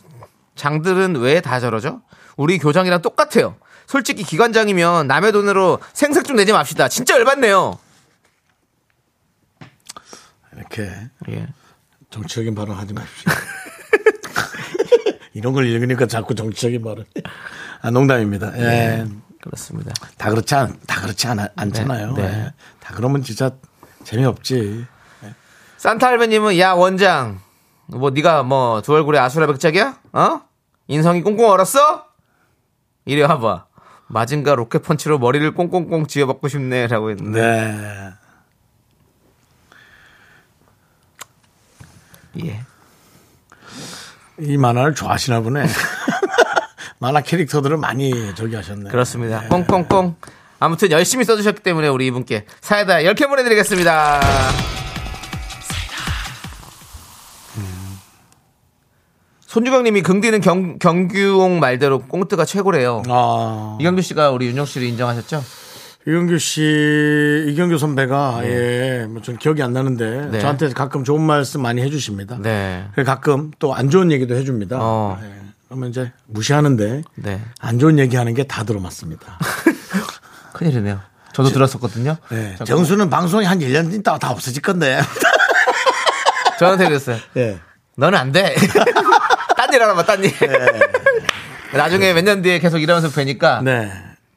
장들은 왜 다 저러죠? 우리 교장이랑 똑같아요. 솔직히 기관장이면 남의 돈으로 생색 좀 내지 맙시다. 진짜 열받네요. 이렇게 예. 정치적인 *laughs* 발언 하지 마십시오. 이런 걸 읽으니까 자꾸 정치적인 발언. 아, 농담입니다. 예. 네. 그렇습니다. 다 그렇지 않, 다 그렇지 않, 않잖아요. 네. 예. 다 그러면 진짜 재미없지. 산타 할배님은 야 원장 뭐 네가 뭐 두 얼굴에 아수라 백작이야? 어? 인성이 꽁꽁 얼었어? 이리 와봐. 마징가 로켓펀치로 머리를 꽁꽁꽁 쥐어박고 싶네라고 했는데 네. 예. 이 만화를 좋아하시나 *laughs* 보네. 만화 캐릭터들을 많이 저기 하셨네. 그렇습니다. 꽁꽁꽁. 아무튼 열심히 써주셨기 때문에 우리 이분께 사이다 10개 보내드리겠습니다. 음. 손주경 님이 긍디는 경, 경규홍 말대로 꽁트가 최고래요. 아, 이경규 씨가 우리 윤정 씨를 인정하셨죠? 이경규 씨, 이경규 선배가, 예, 뭐, 전 기억이 안 나는데, 네. 저한테 가끔 좋은 말씀 많이 해주십니다. 네. 그리고 가끔 또 안 좋은 얘기도 해줍니다. 어. 예. 그러면 이제 무시하는데, 네. 안 좋은 얘기 하는 게 다 들어맞습니다. 큰일이네요. 저도 들었었거든요. 네. *laughs* 잠깐만. 정수는 방송이 한 1년 있다가 다 없어질 *laughs* 건데. 저한테 그랬어요. 예. 너는 *laughs* 안 돼. 딴 일 하나 봐, 딴 일. 네. 나중에 몇 년 뒤에 계속 일하면서 뵈니까 네.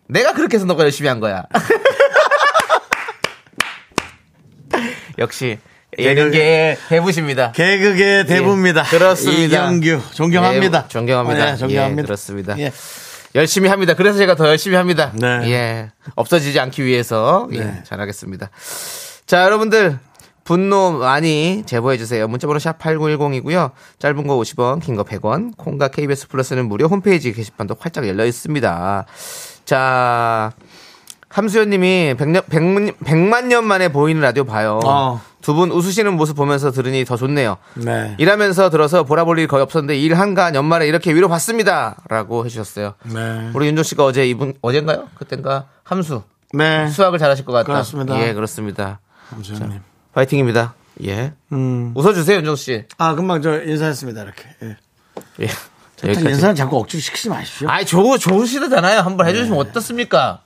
내가 그렇게 해서 너가 열심히 *laughs* 한 거야. *laughs* 역시 네, 예능계의 대부십니다. 개그의 대부입니다. 예, 그렇습니다. 이경규. 존경합니다. 예, 존경합니다. 네, 존경합니다. 예, 그렇습니다. 예. 열심히 합니다. 그래서 제가 더 열심히 합니다. 네. 예. 없어지지 않기 위해서 예, 네. 잘하겠습니다. 자, 여러분들 분노 많이 제보해 주세요. 문자 번호 샵 8910이고요. 짧은 거 50원, 긴 거 100원. 콩과 KBS 플러스는 무료 홈페이지 게시판도 활짝 열려 있습니다. 자, 함수연 님이 100년, 100, 100만 년 만에 보이는 라디오 봐요. 어. 두 분 웃으시는 모습 보면서 들으니 더 좋네요. 네. 일하면서 들어서 보라볼 일이 거의 없었는데 일 한간 연말에 이렇게 위로받습니다. 라고 해주셨어요. 네. 우리 윤종 씨가 어제 이분, 어젠가요? 그땐가 함수. 네. 수학을 잘하실 것 같다. 그렇습니다. 예, 그렇습니다. 감사합니다. 파이팅입니다. 예. 음. 웃어주세요, 윤종 씨. 아, 금방 저 인사했습니다. 이렇게. 예. 예. 자, 일단 여기까지. 인사는 자꾸 억지로 시키지 마십시오. 아이, 좋, 좋으시잖아요. 한번 해주시면 네. 어떻습니까?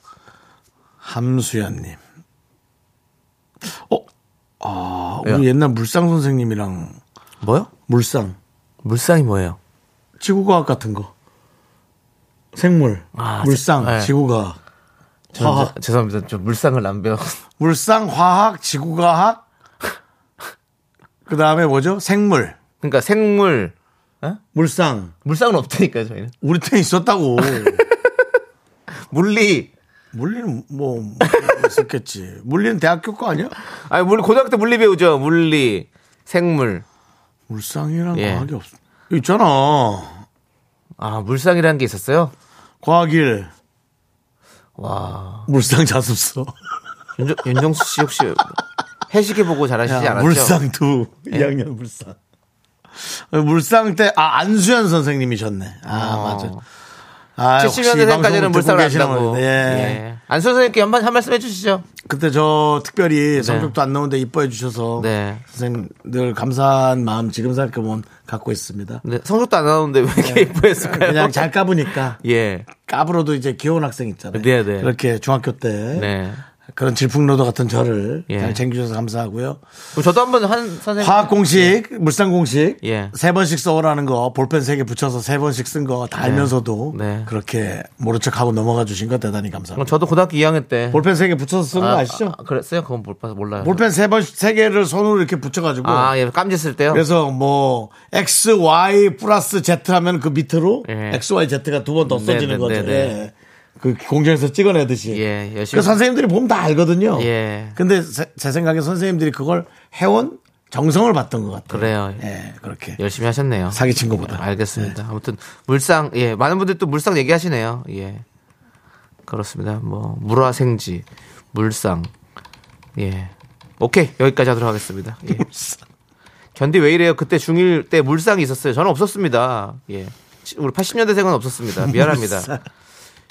함수연님. 어? 아, 왜요? 우리 옛날 물상 선생님이랑 뭐요? 물상. 물상이 뭐예요? 지구과학 같은 거. 생물. 아, 물상, 네. 지구과학. 저, 화학. 저- 죄송합니다. 저 물상을 안 배워. *laughs* 물상, 화학, 지구과학. 그 다음에 뭐죠? 생물. 그러니까 생물. 물상. 물상은 없다니까요, 저희는. 우리 때 *laughs* 있었다고. 물리. 물리는 뭐, 뭐 있었겠지. 물리는 대학교 거 아니야? 아니, 물, 고등학교 때 물리 배우죠. 물리. 생물. 물상이랑 예. 과학이 없어. 있잖아. 아, 물상이라는 게 있었어요? 과학일, 와. 물상 자습서. 윤정, 윤정수 씨 혹시 해시계보고 잘하시지 야, 않았죠? 예. 물상 두 2학년 물상. 물상 때, 아, 안수현 선생님이셨네. 아, 맞아. 아, 역시 어. 70년대생까지는 방송을 듣고 물상을 계시나 안다고. 보네. 예. 안수 선생님께 한번 한 말씀 해주시죠. 그때 저 특별히 성적도 안 나오는데 이뻐해 주셔서 네. 선생님 늘 감사한 마음 지금 생각해보면 갖고 있습니다. 네, 성적도 안 나오는데 왜 이렇게 예뻐했을까요? 그냥 잘 까보니까 예. 까불어도 이제 귀여운 학생 있잖아요. 네, 네. 그렇게 중학교 때 네. 그런 질풍노도 같은 저를 예. 잘 챙겨줘서 감사하고요. 그럼 저도 한번 한 선생님. 화학 공식, 물상 공식 예. 세 번씩 써오라는 거 볼펜 세 개 붙여서 세 번씩 쓴 거 다 알면서도 네. 그렇게 모른 척하고 넘어가 주신 거 대단히 그럼 감사합니다. 저도 고등학교 2학년 때. 볼펜 세 개 붙여서 쓴 거 아, 아, 시죠 아, 그랬어요? 그건 못 봐서 몰라요. 볼펜 세 번 세 개를 손으로 이렇게 붙여가지고 아, 예, 깜짓을 때요? 그래서 뭐 x, y 플러스 z 하면 그 밑으로 예. x, y, z가 두 번 더 네, 네, 써지는 거죠. 네, 네. 예. 그 공장에서 찍어내듯이. 예, 열심히. 그 선생님들이 보면 다 알거든요. 예. 근데 제, 제 생각에 선생님들이 그걸 해온 정성을 받던 것 같아요. 그래요. 예, 그렇게 열심히 하셨네요. 사기친 것보다. 예, 네. 알겠습니다. 아무튼 물상 예 많은 분들 또 물상 얘기하시네요. 예 그렇습니다. 뭐 물화생지 물상 예 오케이 여기까지 하도록 하겠습니다. 예. 견디 왜 이래요? 그때 중1 때 물상이 있었어요. 저는 없었습니다. 예 시- 우리 *laughs* 80년대생은 없었습니다. 미안합니다.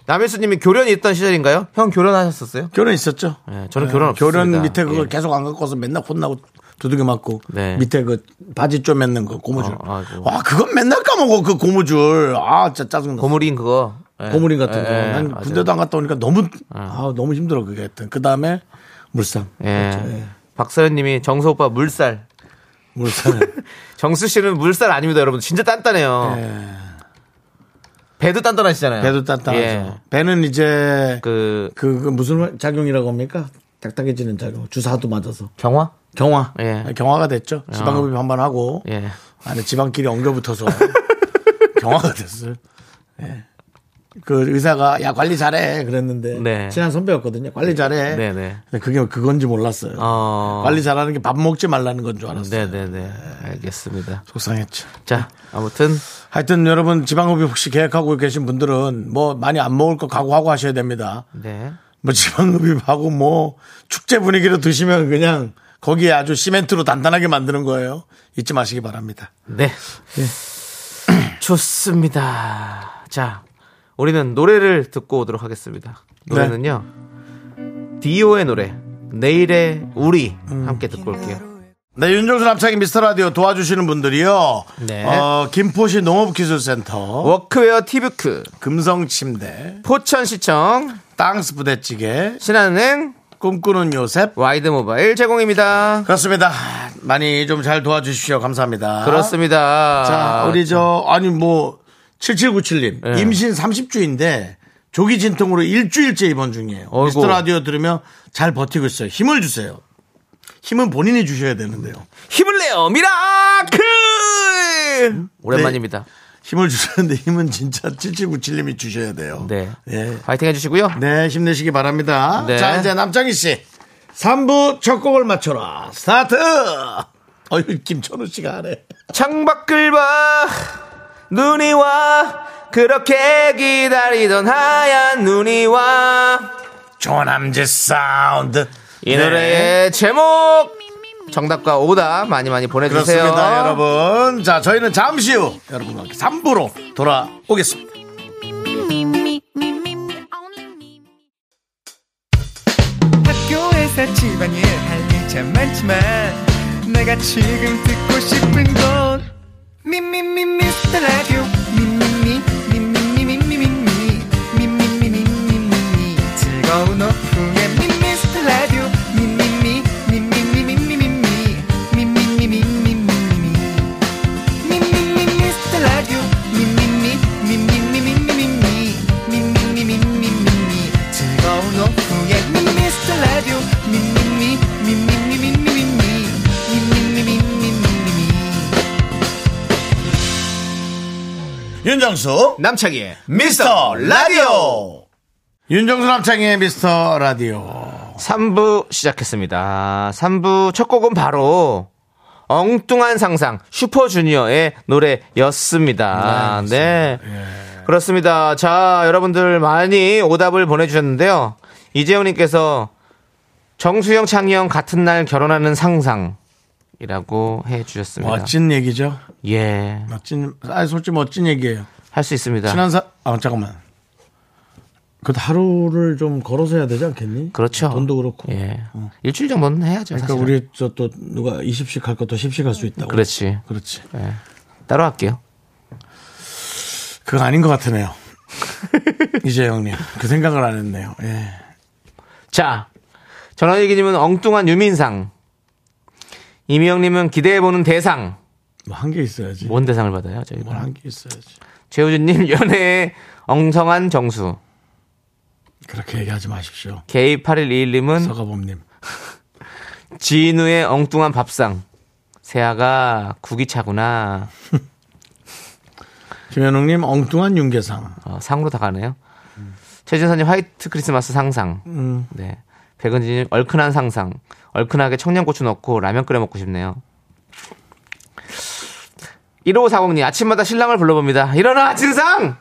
남일수님이 교련이 있던 시절인가요? 형 교련하셨었어요? 교련 있었죠. 예, 저는 교련 없었습니다. 교련 밑에 그거 예. 계속 안 갖고 와서 맨날 혼나고 두들겨 맞고 네. 밑에 그 바지 쪼맸는 거 고무줄. 어, 아이고. 와 그건 맨날 까먹어 그 고무줄. 아 진짜 짜증나. 고무린 그거 예. 고무린 같은 거. 예, 난 맞아요. 예. 군대도 안 갔다 오니까 너무 아 너무 힘들어 그게 하여튼. 그다음에 물상. 예. 박서연님이 정서 오빠 물살 물상. *laughs* 정수 씨는 물살 아닙니다, 여러분. 진짜 단단해요. 배도 단단하시잖아요. 네. 배도 단단하죠. 예. 배는 이제 그, 그 그, 무슨 작용이라고 합니까? 딱딱해지는 작용. 주사도 맞아서. 경화? 경화. 아, 예. 경화가 됐죠. 지방흡입 한번 하고 예. 안에 지방끼리 *laughs* 엉겨붙어서 경화가 됐어요. 예. 그 의사가 야 관리 잘해 그랬는데 네. 친한 선배였거든요. 관리 잘해. 네, 네. 근데 그게 그건지 몰랐어요. 어. 관리 잘하는 게 밥 먹지 말라는 건 줄 알았어요. 네. 네네네. 알겠습니다. 속상했죠. 자, 아무튼 하여튼 여러분 지방흡입 혹시 계획하고 계신 분들은 뭐 많이 안 먹을 거 각오하고 하셔야 됩니다. 네. 뭐 지방흡입하고 뭐 축제 분위기로 드시면 그냥 거기에 아주 시멘트로 단단하게 만드는 거예요. 잊지 마시기 바랍니다. 네. 예. 좋습니다. 자, 우리는 노래를 듣고 오도록 하겠습니다. 노래는요. 디오의 노래 내일의 우리 음. 함께 듣고 올게요. 네, 윤종수 남창희 미스터 라디오 도와주시는 분들이요. 네. 어, 김포시 농업기술센터, 워크웨어 티브크, 금성침대, 포천시청, 땅스 부대찌개, 신한은행, 꿈꾸는 요셉. 와이드모바일 제공입니다. 그렇습니다. 많이 좀 잘 도와주십시오. 감사합니다. 그렇습니다. 자, 우리 저, 아니 뭐, 7797님. 예. 임신 30주인데, 조기 진통으로 일주일째 입원 중이에요. 어이구. 미스터 라디오 들으며 잘 버티고 있어요. 힘을 주세요. 힘은 본인이 주셔야 되는데요. 힘을 내요 음? 미라클 오랜만입니다. 힘을 주셨는데 힘은 진짜 7797님이 주셔야 돼요. 네, 예. 파이팅 해주시고요. 네, 힘내시기 바랍니다. 네. 자, 이제 남창희 씨. 3부 첫 곡을 맞춰라. 스타트! 어휴, 김천우 씨가 하네. 창밖을 봐 눈이 와 그렇게 기다리던 하얀 눈이 와 조남지 사운드. 이 네. 노래의 제목 정답과 오답 많이 많이 보내주세요. 그렇습니다, 여러분. 자, 저희는 잠시 후 여러분과 함께 3부로 돌아오겠습니다. me, me, me, me, me, only me. 학교에서 집안일 할 일 참 많지만 내가 지금 듣고 싶은 건 미미미 미스터 라디오 미미미 미미미 미미미 미미미 미미미 즐거운 오후에 미스터 라디오 미미미 미미미 미미미 미미미 미미미 미미미 미스터 라디오 미미미 미미미 미미미 미미미 미미미 즐거운 오후에 미스터 라디오 미미미 미미미 미미미 미미미 미미미 윤정수, 남창희의 미스터 라디오. 윤정수 남창희의 미스터 라디오. 3부 시작했습니다. 3부 첫 곡은 바로 엉뚱한 상상 슈퍼주니어의 노래였습니다. 네. 예. 그렇습니다. 자, 여러분들 많이 오답을 보내주셨는데요. 이재훈님께서 정수영, 창희영 같은 날 결혼하는 상상이라고 해주셨습니다. 멋진 얘기죠. 예. 멋진, 아니, 솔직히 멋진 얘기예요. 할 수 있습니다. 친한 사, 아, 잠깐만. 그래도 하루를 좀 걸어서 해야 되지 않겠니? 그렇죠. 돈도 그렇고. 예. 어. 일주일 정도는 해야죠. 그러니까 사실은. 우리 저 또 누가 20씩 할 것도 10씩 할 수 있다고. 그렇지. 그렇지. 따로 할게요. 그거 아닌 것 *laughs* 같으네요. 이제 형님. 그 생각을 안 했네요. 예. 자, 전화일기님은 엉뚱한 유민상. 이미영님은 기대해보는 대상. 뭐 한 게 있어야지. 뭔 대상을 받아요, 저희가? 뭘 한 게 있어야지. 최우진님, *laughs* 연애의 엉성한 정수. 그렇게 얘기하지 마십시오. 음. K8121님은 서가범님. 지인우의 엉뚱한 밥상. 세아가 구기차구나. 김현웅님 엉뚱한 윤계상. 어, 상으로 다 가네요. 최진선님, 화이트 크리스마스 상상. 네. 백은진님, 얼큰한 상상. 얼큰하게 청양고추 넣고 라면 끓여 먹고 싶네요. 1540님, 아침마다 신랑을 불러봅니다. 일어나, 진상!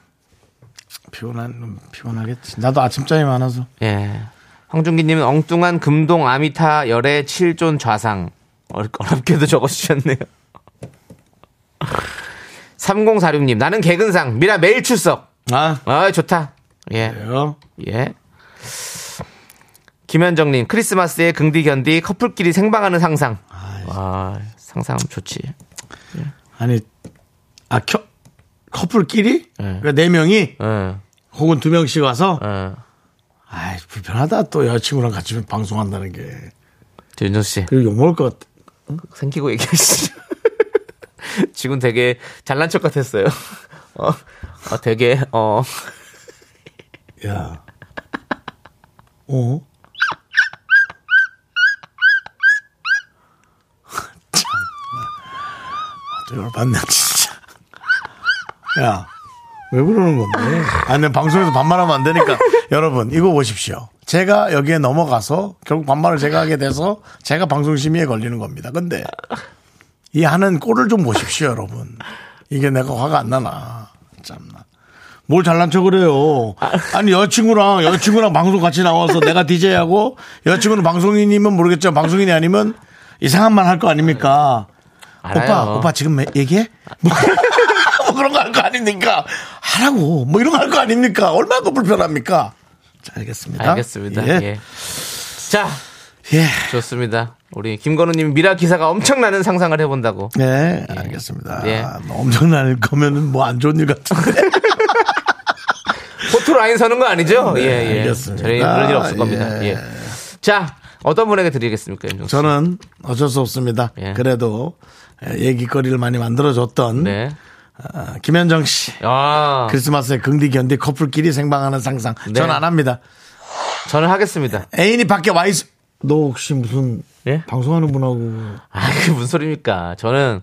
피곤한 피곤하겠지. 나도 아침잠이 많아서. 예. 황준기님은 엉뚱한 금동 아미타 열의 7존 좌상. 어렵- 어렵게도 적어주셨네요. *laughs* 3046님, 나는 개근상. 미라 매일 출석. 아. 아 좋다. 예. 그래요? 예. 김현정님, 크리스마스에 긍디견디 커플끼리 생방하는 상상. 와, 상상 좋지. 아니 아 켜, 커플끼리? 그러니까 네 명이 예, 혹은 두 명씩 와서 예. 아이 불편하다 또 여자친구랑 같이 방송한다는 게 저 윤정씨, 그리고 욕먹을 것 같아. 그- *laughs* 생기고 얘기하시죠. 지금 되게 잘난 척 같았어요. *laughs* 어, 어, 되게 어 야. 어? 참. 아, 또 열받네, 진짜. 야, 왜 그러는 건데? 아니, 근데 방송에서 반말하면 안 되니까. 여러분, 이거 보십시오. 제가 여기에 넘어가서 결국 반말을 제가 하게 돼서 제가 방송심의에 걸리는 겁니다. 근데 이 하는 꼴을 좀 보십시오, 여러분. 이게 내가 화가 안 나나. 참나. 뭘 잘난 척을 해요. 아니, 여자친구랑, 여자친구랑 방송 같이 나와서 내가 DJ하고 여자친구는 방송인이면 모르겠지만 방송인이 아니면 이상한 말 할 거 아닙니까? 알아요. 어, 오빠, 오빠 지금 얘기해? 뭐, *laughs* 뭐 그런 거 할 거 아닙니까? 하라고. 뭐 이런 거 할 거 아닙니까? 얼마나 불편합니까? 자, 알겠습니다. 알겠습니다. 예. 예. 자, 예. 좋습니다. 우리 김건우님 미라 기사가 엄청나는 상상을 해본다고. 네, 알겠습니다. 뭐 예. 엄청날 거면은 뭐 안 좋은 일 *laughs* 같은데. 포토 라인 서는 거 아니죠? 네, 예, 예. 알겠습니다. 저희 그럴 일 없을 겁니다. 예. 예. 자, 어떤 분에게 드리겠습니까, 윤종 씨? 저는 어쩔 수 없습니다. 예. 그래도 예, 얘기거리를 많이 만들어줬던 네. 아, 김현정 씨. 아, 크리스마스에 긍디 견디 커플끼리 생방하는 상상. 네. 전 안 합니다. 저는 하겠습니다. 애인이 밖에 와 있어. 너 혹시 무슨 예? 방송하는 분하고 아, 그게 무슨 소리입니까? 저는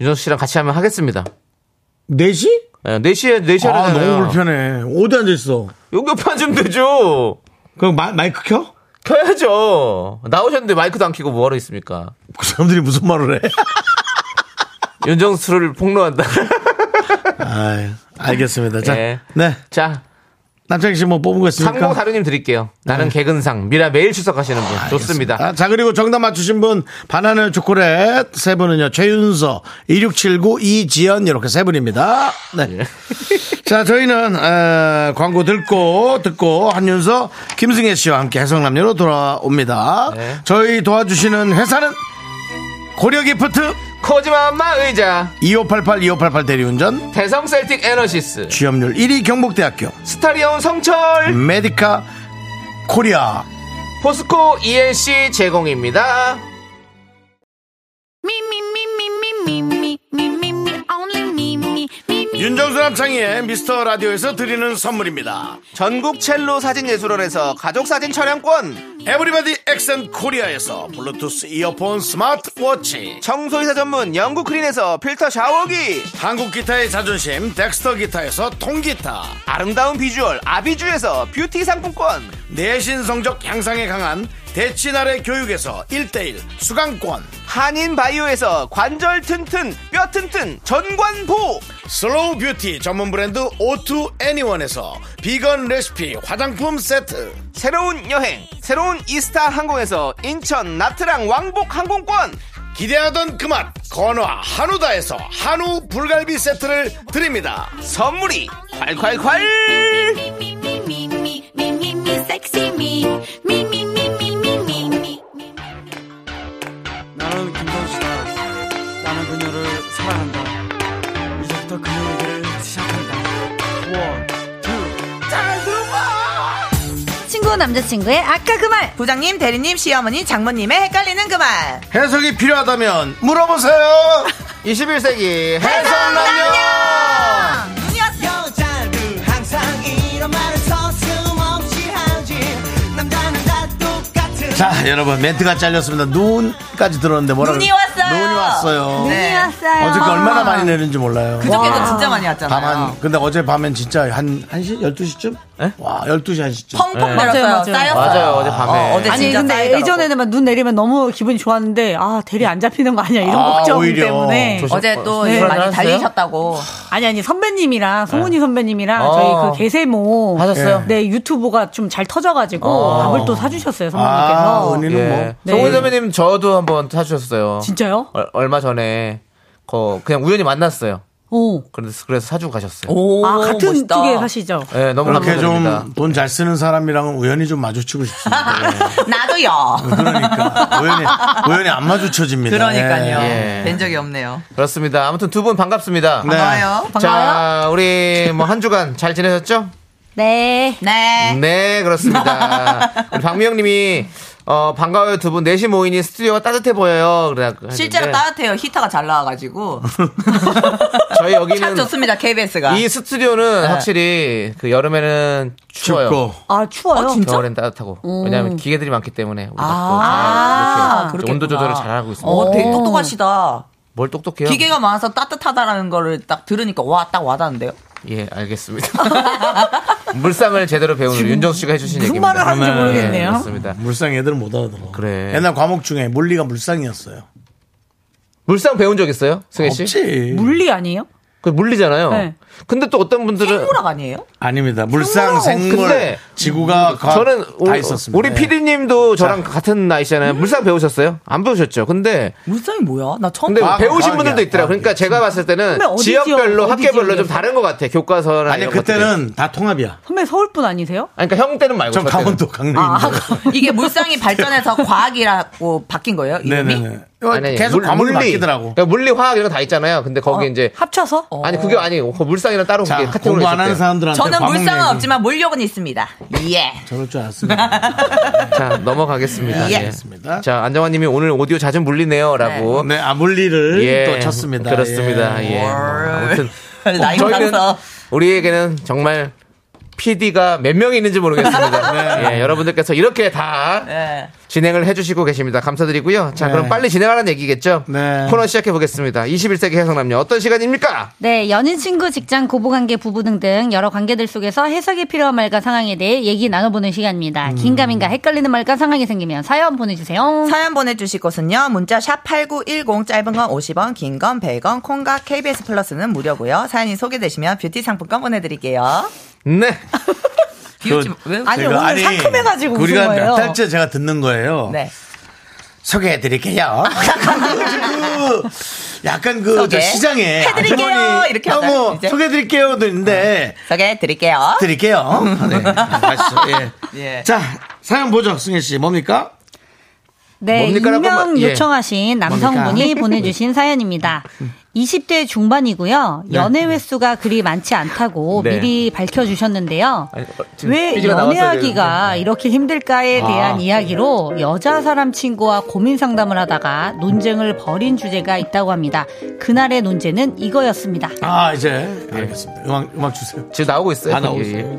윤종 씨랑 같이 하면 하겠습니다. 넷이? 예, 4시에, 4시 하 아 잖아요 네. 너무 불편해. 어디 앉아 있어? 여기 옆에 앉으면 되죠. 그럼 마, 마이크 켜? 켜야죠. 나오셨는데 마이크도 안 켜고 뭐하러 있습니까? 그 사람들이 무슨 말을 해? 윤정수를 폭로한다. *laughs* *laughs* 아유, 알겠습니다. 자, 예. 네 자, 남창희 씨 뭐 뽑은 거 있습니까? 네. 상공사료님 드릴게요. 나는 개근상 미라 매일 출석하시는 분 좋습니다. 아, 자, 그리고 정답 맞추신 분, 바나나 초콜릿 세 분은요, 최윤서, 2679, 이지연, 이렇게 세 분입니다. 네. 예. *laughs* 자, 저희는, 에, 광고 듣고, 듣고, 한윤서, 김승혜 씨와 함께 해성남녀로 돌아옵니다. 네. 저희 도와주시는 회사는 고려 기프트, 코지마 엄마 의자 2588, 2588 대리운전, 대성 셀틱 에너시스 취업률 1위 경북대학교, 스타리온 성철 메디카 코리아, 포스코 ENC 제공입니다. Me, me, me, me, me, me, me, me, me, me, only me, me, me, me. 윤정수 남창희의 미스터 라디오에서 드리는 선물입니다. 전국 첼로 사진 예술원에서 가족 사진 촬영권 에브리바디 엑센 코리아에서 블루투스 이어폰 스마트워치 청소이사 전문 영국 크린에서 필터 샤워기 한국 기타의 자존심 덱스터 기타에서 통기타 아름다운 비주얼 아비주에서 어, 뷰티 상품권 내신 성적 향상에 강한 대치나래 교육에서 1대1 수강권 한인 바이오에서 관절 튼튼 뼈 튼튼 전관보 슬로우 뷰티 전문 브랜드 오투 애니원에서 비건 레시피 화장품 세트 새로운 여행 새로운 이스타 항공에서 인천 나트랑 왕복 항공권 기대하던 그 맛 건화 한우다에서 한우 불갈비 세트를 드립니다 아, 선물이 콸콸콸 Me, me, me, me, me, me, me, me, sexy me. Me, me, me, me, me, me, me, me. 나는 김선수다. 나는 그녀를 사랑한다. 이제부터 그녀에게 시작한다. 원, 투. 친구 남자친구의 아까 그 말. 부장님, 대리님, 시어머니, 장모님의 헷갈리는 그 말. 해석이 필요하다면 물어보세요 21세기 해성남녀 여자들 항상 이런 말을 서슴없이 하지 남자는 다 똑같은 자, 여러분 멘트가 잘렸습니다. 눈까지 들었는데 뭐라고? 눈이 그래? 왔어요. 눈이 왔어요. 네. 왔어요. 어저께 얼마나 많이 내는지 몰라요. 그저께도 진짜 많이 왔잖아요. 밤한 근데 어제 밤엔 진짜 한 1시 12시쯤? 와, 12시 1시쯤. 펑펑 내렸어요. 맞아요, 맞아요. 쌓였어요. 맞아요 어제 밤에 어, 어제 아니 진짜 근데 쌓이더라고. 예전에는 막 눈 내리면 너무 기분이 좋았는데 아 대리 안 잡히는 거 아니야 이런 아, 걱정 오히려. 때문에 조심- 어제 또 네. 많이 하셨어요? 달리셨다고. 아니 아니 선배님이랑 네. 송은이 선배님이랑 아. 어. 저희 그 개세모 하셨어요? 네 유튜브가 좀 잘 터져가지고 아. 밥을 또 사주셨어요 아, 선배님께서 은희는 예. 네. 송은 선배님 저도 한번 사주셨어요 진짜요? 얼- 얼마 전에 거 그냥 우연히 만났어요 오. 그래서 그래서 사주고 가셨어요 오, 아 같은 멋있다. 쪽에 하시죠? 예, 너무 그렇게 좀 감사드립니다 돈 잘 쓰는 사람이랑은 우연히 좀 마주치고 싶습니다. 나도요. 그러니까 우연히 우연히 안 마주쳐집니다. 그러니까요. 예. 예. 된 적이 아, 없네요. 그렇습니다 아무튼 두 분 반갑습니다 네. 반가워요. 반가워요. 자 우리 뭐 한 주간 잘 지내셨죠? 네. 네. *laughs* 네, 그렇습니다. 우리 박미영 님이 어, 반가워요 두 분. 넷이 모이니 스튜디오가 따뜻해 보여요. 그래 실제로 따뜻해요. 히터가 잘 나와가지고. 저희 참 *laughs* 여기는 좋습니다. KBS가. 이 스튜디오는 네. 확실히 그 여름에는 추워요. 춥고. 아, 추워요? 어, 진짜? 겨울엔 따뜻하고. 음. 왜냐하면 기계들이 많기 때문에 우리 아~ 아, 온도 조절을 잘하고 있습니다. 어, 되게 똑똑하시다. 뭘 똑똑해요? 기계가 많아서 따뜻하다라는 거를 딱 들으니까 와, 딱 와닿는데요? 예, 알겠습니다. *laughs* 물상을 제대로 배운 우리 윤정수 씨가 해주신 무슨 얘기입니다. 말을 하는지 모르겠네요. 예, 그렇습니다. 물상 애들은 못 알아들어. 그래. 옛날 과목 중에 물리가 물상이었어요. 물상 배운 적 있어요, 승혜 씨? 없지. 물리 아니에요? 그 물리잖아요. 네. 근데 또 어떤 분들은 생물학 아니에요? 아닙니다. 뭐? 물상, 생물, 근데 지구가 과- 음, 저는 다 우리, 있었습니다. 네. 우리 피디님도 저랑 같은 나이잖아요. 물상 배우셨어요? 안 배우셨죠? 근데 물상이 뭐야? 나 처음 근데 봐. 배우신 과학이야, 분들도 있더라고. 그러니까 제가 봤을 때는 근데 어디 지역, 지역별로 어디 학교별로 좀 지역이었어요? 다른 것 같아. 교과서나 아니 이런 것들이. 그때는 다 통합이야. 선배 서울 분 아니세요? 아니, 그러니까 형 때는 말고 전 저 때는. 강원도 강릉. 아, *laughs* 이게 물상이 발전해서 과학이라고 바뀐 거예요? 이름이? 네네네. 아니, 어, 계속 물- 과목이 물리. 바뀌더라고. 어, 그러니까 물리, 화학 이런 거 다 있잖아요. 근데 거기 이제 합쳐서? 아니 그게 아니 그 물상이랑 따로 자, 그게 카테고리 공부 안 하는 있었대요. 사람들한테 저는 과목 물상은 내기. 없지만 물욕은 있습니다. 예. 저럴 줄 알았습니다. 네, 자 넘어가겠습니다. *laughs* 예. 알겠습니다. 자 안정환님이 오늘 오디오 자주 물리네요라고. 예. 네, 아 물리를 또 쳤습니다. 그렇습니다. 예. 아무튼 나이 저희는 많아서. 우리에게는 정말 PD가 몇 명이 *laughs* 있는지 모르겠습니다. 네. 예, 여러분들께서 이렇게 다 예. 진행을 해주시고 계십니다. 감사드리고요. 자, 그럼 빨리 진행하라는 얘기겠죠? 네. 코너 시작해 보겠습니다. 21세기 해성남녀 어떤 시간입니까? 네, 연인, 친구, 직장, 고부관계, 부부 등등 여러 관계들 속에서 해석이 필요한 말과 상황에 대해 얘기 나눠보는 시간입니다. 음. 긴가민가 헷갈리는 말과 상황이 생기면 사연 보내주세요. 사연 보내주실 곳은요. 문자 샵8910 짧은 건 50원, 긴 건 100원, 콩과 KBS 플러스는 무료고요. 사연이 소개되시면 뷰티 상품권 보내드릴게요. 네. 비웃지 왜? 아니, 오늘 상큼해가지고 웃은 우리가 거예요. 몇 달째 제가 듣는 거예요. 네. 소개해드릴게요. 그, 약간 그, 소개. 저 시장에. 해드릴게요. 아주머니, 이렇게 어, 뭐, 하다가 이제. 소개해드릴게요. 있는데, 소개해 드릴게요. 드릴게요. 네. 맛있어. 예. 예. 자, 사연 보죠, 승혜 씨. 뭡니까? 네, 뭡니까라고 말- 익명 예. 요청하신 *laughs* 남성분이 보내주신 사연입니다. 음. 20대 중반이고요. 연애 횟수가 그리 많지 않다고 네. 미리 밝혀주셨는데요. 아니, 어, 지금 왜 삐지가 나왔어야 네. 연애하기가 이렇게 힘들까에 아. 대한 이야기로 여자 사람 친구와 고민 상담을 하다가 논쟁을 벌인 주제가 있다고 합니다. 그날의 논제는 이거였습니다. 아, 이제. 알겠습니다. 음악, 음악 주세요. 지금 나오고 있어요. 아, 나오고 예, 예. 있어요.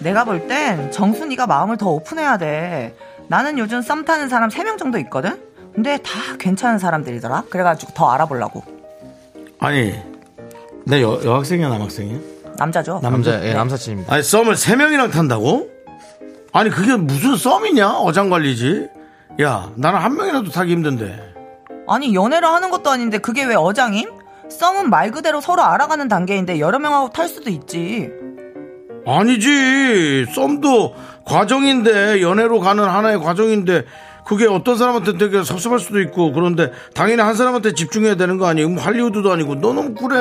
내가 볼 땐 정순이가 마음을 더 오픈해야 돼. 나는 요즘 썸 타는 사람 3명 정도 있거든? 근데 다 괜찮은 사람들이더라. 그래가지고 더 알아보려고. 아니, 내 여, 여학생이야, 남학생이야? 남자죠. 남자, 예, 남사친입니다. 아니, 썸을 3명이랑 탄다고? 아니, 그게 무슨 썸이냐? 어장관리지? 야, 나는 한 명이라도 타기 힘든데. 아니 연애를 하는 것도 아닌데 그게 왜 어장임? 썸은 말 그대로 서로 알아가는 단계인데 여러 명하고 탈 수도 있지. 아니지. 썸도 과정인데 연애로 가는 하나의 과정인데 그게 어떤 사람한테 되게 섭섭할 수도 있고 그런데 당연히 한 사람한테 집중해야 되는 거 아니에요? 뭐 할리우드도 아니고 너 너무 쿨해.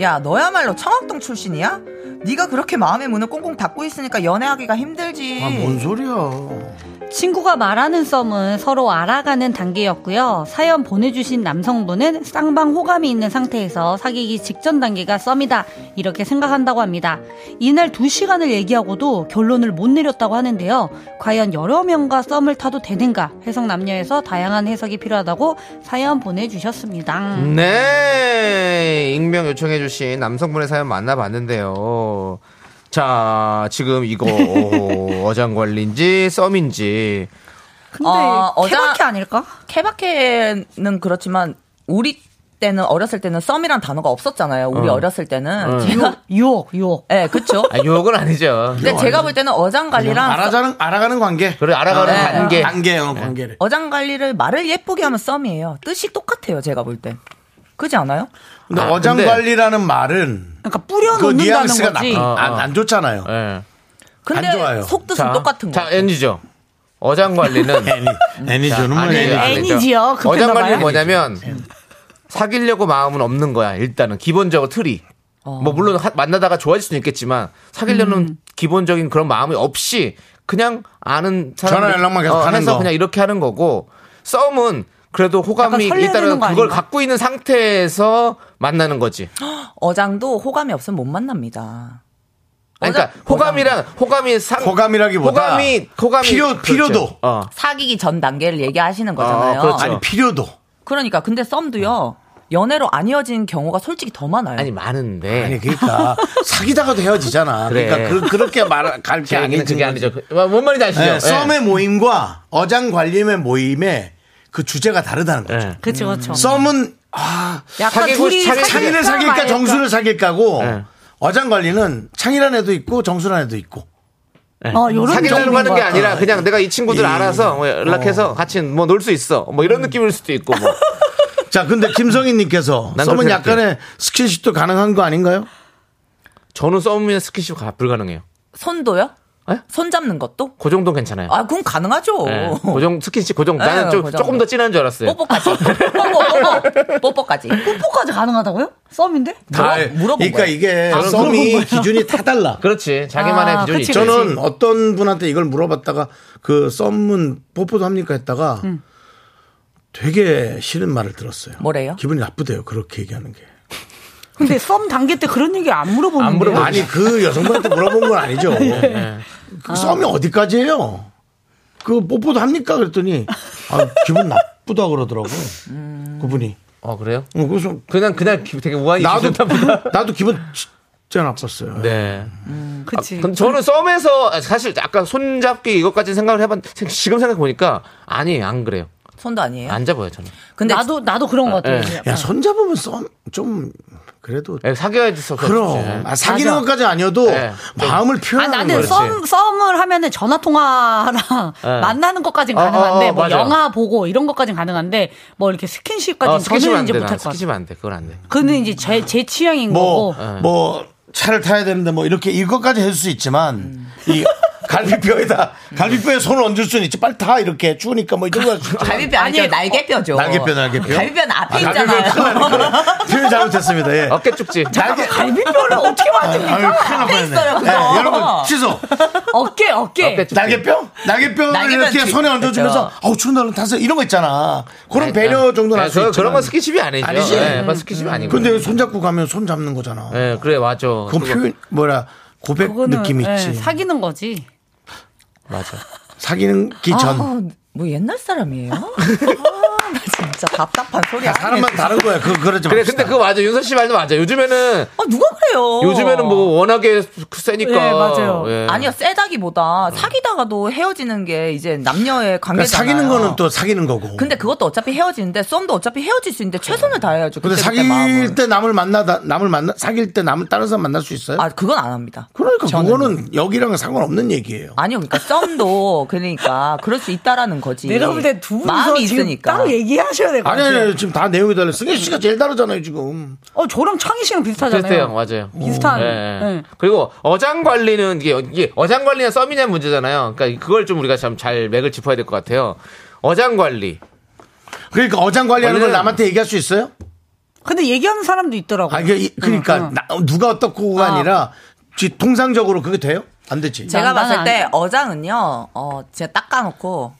야 너야말로 청학동 출신이야? 네가 그렇게 마음의 문을 꽁꽁 닫고 있으니까 연애하기가 힘들지. 아, 뭔 소리야. 친구가 말하는 썸은 서로 알아가는 단계였고요. 사연 보내주신 남성분은 쌍방 호감이 있는 상태에서 사귀기 직전 단계가 썸이다. 이렇게 생각한다고 합니다. 이날 두시간을 얘기하고도 결론을 못 내렸다고 하는데요. 과연 여러 명과 썸을 타도 되는가? 해석 남녀에서 다양한 해석이 필요하다고 사연 보내주셨습니다. 음. 네. 익명 요청해주신 남성분의 사연 만나봤는데요. 자, 지금 이거 어장관리인지 썸인지 근데 어, 어장- 케바케 아닐까? 케바케는 그렇지만 우리 때는 어렸을 때는 썸이란 단어가 없었잖아요. 우리 어. 어렸을 때는 제가 유혹, 유혹. 예 그쵸? 아, 유혹은 아니죠. 근데 제가 볼 때는 어장 관리랑 썸- 알아가는, 알아가는 관계. 그래 알아가는 네. 단계. 단계, 어, 관계를. 어장 관리를 말을 예쁘게 하면 썸이에요. 뜻이 똑같아요. 제가 볼 때. 그지 않아요? 근데 아, 근데- 어장관리라는 말은 그러니까 그 뿌려놓는다는 뉘앙스가 거지. 나빠. 어, 어. 안, 안 좋잖아요. 예. 근데 안 좋아요. 속뜻은 똑같은 거. 자, 애니죠. 어장 관리는 어. 애니저는 뭐 아니에요, 애니. 아니죠. 애니지요. 네. 그 그러니까 어장 팬가봐요. 관리는 뭐냐면 사귀려고 마음은 없는 거야. 일단은 기본적으로 틀이. 어. 뭐 물론 하- 만나다가 좋아질 수는 있겠지만 사귀려는 음. 기본적인 그런 마음이 없이 그냥 아는 사람 전화 연락만 계속 하는 해서 거. 그냥 이렇게 하는 거고 썸은 그래도 호감이 약간 설레는 일단은 거 그걸 아닌가? 갖고 있는 상태에서 만나는 거지. 어장도 호감이 없으면 못 만납니다. 아니, 그러니까 호감이랑 호감이 상 호감이라기보다 호감이 호감이 필요- 그렇죠. 필요도. 어. 사귀기 전 단계를 얘기하시는 거잖아요. 그렇죠. 아니 필요도. 그러니까 근데 썸도요. 연애로 안 이어진 경우가 솔직히 더 많아요. 아니 많은데. 아니 *laughs* 그러니까 사귀다가도 헤어지잖아. 네. 그래. 그러니까 그, 렇게 말갈 게 제 얘기는 아니지. 네, 그게 아니죠. 뭔 말인지 아시죠? 예. 썸의 모임과 어장 관리의 모임의 그 주제가 다르다는 예. 거죠. 그쵸, 음. 그쵸. 썸은 아, 약간 사귀고 둘이 사귀- 창의를 사귈까 사귈까 말까. 정수를 사귈까고 예. 어장 관리는 창의란 애도 있고 정수란 애도 있고. 어, 요런 사귀려고 정도인 하는 게 것 아니라 같아요. 그냥 내가 이 친구들 알아서 뭐 연락해서 같이 뭐 놀 수 있어. 뭐 이런 느낌일 수도 있고 뭐. 자, 근데 김성희님께서 난 썸은 그렇게 약간의 스킨십도 가능한 거 아닌가요? 저는 썸이면 스킨십 가- 불가능해요. 손도요? 손 잡는 것도? 그 정도는 괜찮아요. 아, 그건 가능하죠. 예. 어. 고정 스킨십 고정 나는 예, 좀, 그 정도. 조금 더 진한 줄 알았어요. 뽀뽀까지. 뽀뽀, *laughs* 뽀뽀. 뽀뽀까지. 뽀뽀까지 가능하다고요? 썸인데? 다 물어본 그러니까 거야. 이게 아, 물어본 썸이 거야. 기준이 다 달라. 그렇지. 자기만의 아, 기준이 그치, 있죠. 저는 어떤 분한테 이걸 물어봤다가 그 썸은 뽀뽀도 합니까 했다가 되게 싫은 말을 들었어요. 뭐래요? 기분이 나쁘대요. 그렇게 얘기하는 게. 근데 썸 단계 때 그런 얘기 안 음. 물어보는데. 아니 그 여성분한테 물어본 건 *laughs* 아니죠. 네. 예. 그 썸이 어디까지예요? 그 뽀뽀도 합니까? 그랬더니 아, 기분 나쁘다 그러더라고. 음. 그분이. 어 그래요? 어, 그래서 그냥 그냥 기- 되게 우환이 나도 있으셨나 보다. 나도 기분 진짜 나빴어요. *laughs* 네. 그치. 근데 저는 썸에서 사실 아까 손잡기 이것까지 생각을 해봤 지금 생각해 보니까 아니 안 그래요. 손도 아니에요. 안 잡아요 저는. 근데 나도 나도 그런 것 같아요. 예. 그냥. 야, 손 잡으면 썸 좀 네. 그래도 예, 사귀어야지 서 그럼 아, 사귀는 것까지 아니어도 네. 마음을 아, 표현하는 나는 거지. 썸, 썸을 하면은 전화통화랑 예. *laughs* 만나는 것까진 어, 가능한데, 어, 어, 뭐 맞아요. 영화 보고 이런 것까진 가능한데, 뭐 이렇게 스킨십까지 어, 는 스킨십 저는 안 이제 돼. 못할 나 것 같아요. 스킨십 안 돼. 그건 안 돼. 그는 이제 제, 제 취향인 뭐, 거고. 뭐, 네. 차를 타야 되는데 뭐, 이렇게 이것까지 해줄 수 있지만, 음. 이 갈비뼈에다, 갈비뼈에 손을 얹을 수는 있지. 빨리 타, 이렇게. 추우니까 뭐, 이런 거. *laughs* 어, 갈비뼈 아니죠. 날개뼈죠. 날개뼈, 날개뼈. 갈비뼈는 아, 앞에 갈비뼈 있잖아요. 큰일 나니까. 표현 잘못했습니다. 예. 어깨 쭉지. 아, 날개. 갈비뼈를 어떻게 아유, 만듭니까? 큰일 앞에 있어요, 날뻔했네. 그거. 예, 여러분, 취소. 어깨, 어깨. 어깨 쭉지. 날개뼈? 날개뼈를 날개뼈 이렇게 뒤- 손에 얹어주면서, 그렇죠. 어우, 추운다, 얼른 타세요. 이런 거 있잖아. 그런 아니, 배려 아, 정도는 아, 할수 저- 있지. 그런 건 스킨십이 아니죠. 아니지. 예, 음. 그건 스킨십이 아니고. 근데 손잡고 가면 손 잡는 거잖아. 예, 그래 맞아. 그건 그거- 표현, 뭐라, 고백 그거는, 느낌 예, 있지. 사귀는 거지. 맞아. 사귀는 기 전. 아, 뭐 옛날 사람이에요? 아, 나 진짜 답답한 소리야. 사람만 다른 거야. 그 그러지 그래 맙시다. 근데 그거 맞아. 윤서 씨 말도 맞아. 요즘에는 아, 누가 어. 그래요? 요즘에는 뭐 워낙에 세니까. 네, 예, 맞아요. 예. 아니요, 세다기보다 사귀다가도 헤어지는 게 이제 남녀의 그러니까 관계잖아요. 사귀는 거는 또 사귀는 거고. 근데 그것도 어차피 헤어지는데 썸도 어차피 헤어질 수 있는데 최선을 다해야죠. 근데 그때 사귈 때 남을 만나다 남을 만나 사귈 때 남을 다른 사람 만날 수 있어요? 아 그건 안 합니다. 그러니까 저는. 그거는 여기랑 상관없는 얘기예요. 아니요, *laughs* 그러니까 썸도 그러니까 그럴 수 있다라는 거지. 내가 볼 때 두 분이서 마음이 지금 있으니까. 따로 얘기하셔야 될 것 아니 같아요. 아니 아니, 지금 다 내용이 달라. 승혜 씨가 제일 다르잖아요 지금. 어, 저랑 창희 씨랑 비슷하잖아요. 비슷해요, 맞아요. 비슷한, 예, 예. 예. 그리고 어장 관리는 이게, 이게 어장 관리냐 썸이냐 문제잖아요. 그러니까 그걸 좀 우리가 참 잘 맥을 짚어야 될 것 같아요. 어장 관리. 그러니까 어장 관리하는 걸 원래는- 남한테 얘기할 수 있어요? 근데 얘기하는 사람도 있더라고요. 아 이게 이- 응, 그러니까 응. 나- 누가 어떻고가 아니라 지- 통상적으로 그게 돼요? 안 되지. 제가 난- 봤을 난 때 안 어장은요, 어, 진짜 닦아놓고.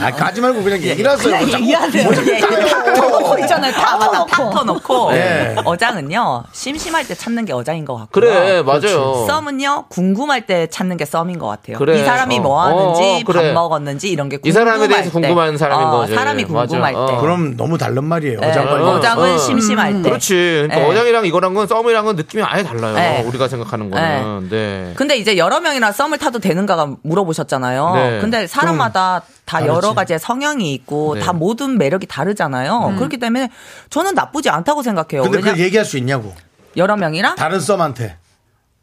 아 까지 말고 그냥 얘기를 하세요. 예, 그냥 어장- 얘기하세요. 예, 탁 터놓고 어, 뭐 있잖아요. 탁 탁 터놓고. 터놓고. 예. 어장은요, 심심할 때 찾는 게 어장인 것 같고. 그래, 맞아요. 그렇죠. 썸은요, 궁금할 때 찾는 게 썸인 것 같아요. 그래. 이 사람이 어. 뭐 하는지, 어, 어, 그래. 밥 먹었는지, 이런 게 궁금할 때. 이 사람에 대해서 궁금한 사람인 어, 거지. 사람이 맞아. 궁금할 어. 때. 그럼 너무 다른 말이에요. 네. 예, 어장 관리. 어. 어장은 어. 심심할 때. 그렇지. 그러니까 예. 어장이랑 이거랑은 썸이랑은 느낌이 아예 달라요. 네. 우리가 생각하는 거는. 네. 근데 이제 여러 명이랑 썸을 타도 되는가가 물어보셨잖아요. 네. 근데 사람마다 다 다르지. 여러 가지의 성향이 있고 네. 다 모든 매력이 다르잖아요. 그렇기 때문에 저는 나쁘지 않다고 생각해요. 음. 근데 왜냐 그걸 얘기할 수 있냐고. 여러 명이랑 다른 썸한테.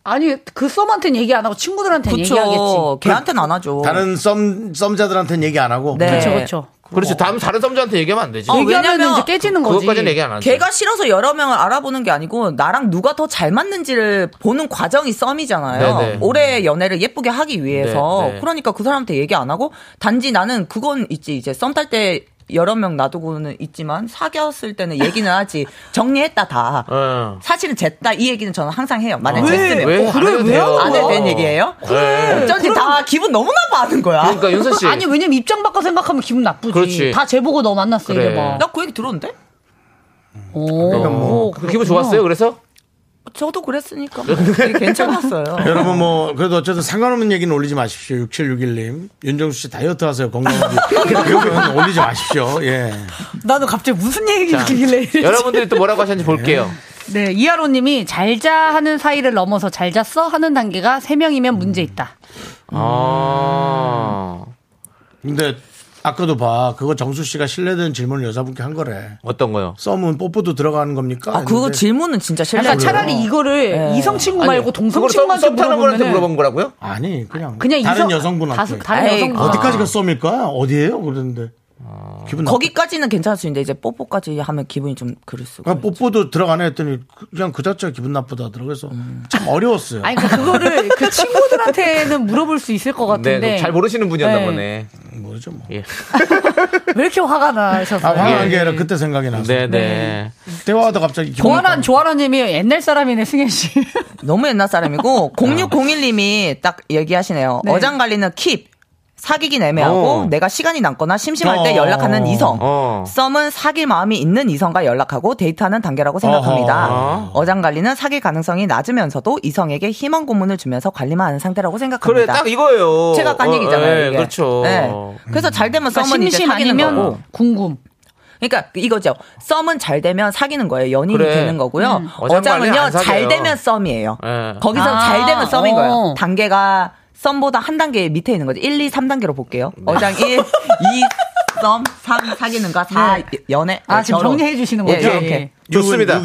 아니, 그 썸한테는 얘기 안 하고 친구들한테는 얘기하겠지. 그쵸. 걔한테는 안 하죠. 다른 썸 썸자들한테는 얘기 안 하고. 그렇죠. 네. 예. 그쵸, 그쵸. 그렇지. 다음 다른 썸자한테 얘기하면 안 되지. 어, 얘기하면 왜냐면 이제 깨지는 거지. 아, 그것까지는 얘기 안 하죠. 걔가 싫어서 여러 명을 알아보는 게 아니고 나랑 누가 더 잘 맞는지를 보는 과정이 썸이잖아요. 네네. 올해 연애를 예쁘게 하기 위해서 네, 네. 그러니까 그 사람한테 얘기 안 하고 단지 나는 그건 있지 이제 썸 탈 때 여러 명 놔두고는 있지만 사귀었을 때는 얘기는 하지 정리했다 다 어. 사실은 쟀다 이 얘기는 저는 항상 해요. 만약 아, 왜? 쟀으면 왜? 어, 그래, 안 해도 왜 돼요. 하는 안 해도 거야? 되는 얘기예요? 어. 그래. 어쩐지 다 기분 너무 나빠하는 거야. 네. 그러니까 윤서 씨. 아니, 왜냐면 입장 바꿔 생각하면 기분 나쁘지. 그렇지. 다 재보고 너 만났어, 뭐. 그래. 그러니까 뭐. 이래 봐. 나 그 얘기 들었는데? 오, 어. 기분 좋았어요. 그래서 저도 그랬으니까 뭐 되게 괜찮았어요. 여러분 뭐 그래도 어쨌든 상관없는 얘기는 올리지 마십시오. 6761님 윤정수 씨 다이어트 *laughs* 하세요. 건강하게. 그런 거 올리지 마십시오. 예. 나도 갑자기 무슨 얘기를 네. 자, 길래 이러지? 또 뭐라고 하셨는지 볼게요. 네, 이하로님이 잘 자 하는 사이를 넘어서 잘 잤어 하는 단계가 3명이면 문제 있다. 아. 근데 아까도 봐. 그거 정수 씨가 신뢰된 질문을 여자분께 한 거래. 어떤 거요? 썸은 뽀뽀도 들어가는 겁니까? 아, 그거 질문은 진짜 그러니까 차라리 이거를 이성 친구 말고 동성 친구한테 물어보면 물어본 거라고요? 아니 그냥 그냥 다른 이성- 여성분한테 다수- 다른 에이, 여성분. 어디까지가 썸일까? 어디에요? 그랬는데 기분 나빠. 거기까지는 괜찮을 수 있는데 이제 뽀뽀까지 하면 기분이 좀 그럴 수. 아, 그냥 그러니까 뽀뽀도 들어가네 했더니 그냥 그 자체가 기분 나쁘다더라고요. 그래서 참 어려웠어요. 아니, 그러니까 그거를 그 친구들한테는 물어볼 수 있을 것 같은데. 네, 잘 모르시는 네. 모르죠 뭐. 예. 네, 왜 이렇게 화가 아, 나셨어요? 화난 게 아니라 그때 생각이 나서. 네네. 네. 대화하다 갑자기 기분 나빠. 조아란, 조아란님이 옛날 사람이네, 승현 씨. 너무 *laughs* 옛날 아. 사람이고 0601님이 딱 얘기하시네요. 네. 어장 관리는 킵. 사귀긴 애매하고 어. 내가 시간이 남거나 심심할 때 어. 연락하는 이성. 어. 썸은 사귈 마음이 있는 이성과 연락하고 데이트하는 단계라고 어허. 생각합니다. 어장 관리는 사귈 가능성이 낮으면서도 이성에게 희망 고문을 주면서 관리만 하는 상태라고 생각합니다. 그래, 딱 이거예요. 제가 깐 어, 얘기잖아요. 예, 이게. 네. 그렇죠. 그래서 잘 되면 그러니까 썸은 이제 심심 사귀는 아니면 거고. 궁금. 그러니까 이거죠. 썸은 잘 되면 사귀는 거예요. 연인이 그래. 되는 거고요. 음. 어장 관리는 어장은요. 안 잘 사귀어요. 되면 썸이에요. 예. 거기서 아, 잘 되면 썸인 어. 거예요. 단계가 썸보다 한 단계 밑에 있는 거죠. 1, 2, 3단계로 볼게요. 네. 어장 1, 2, 썸, 3 사귀는 거, 4 네. 연애. 아, 지금 결혼. 정리해 주시는 거죠? 예, 이렇게. 좋습니다.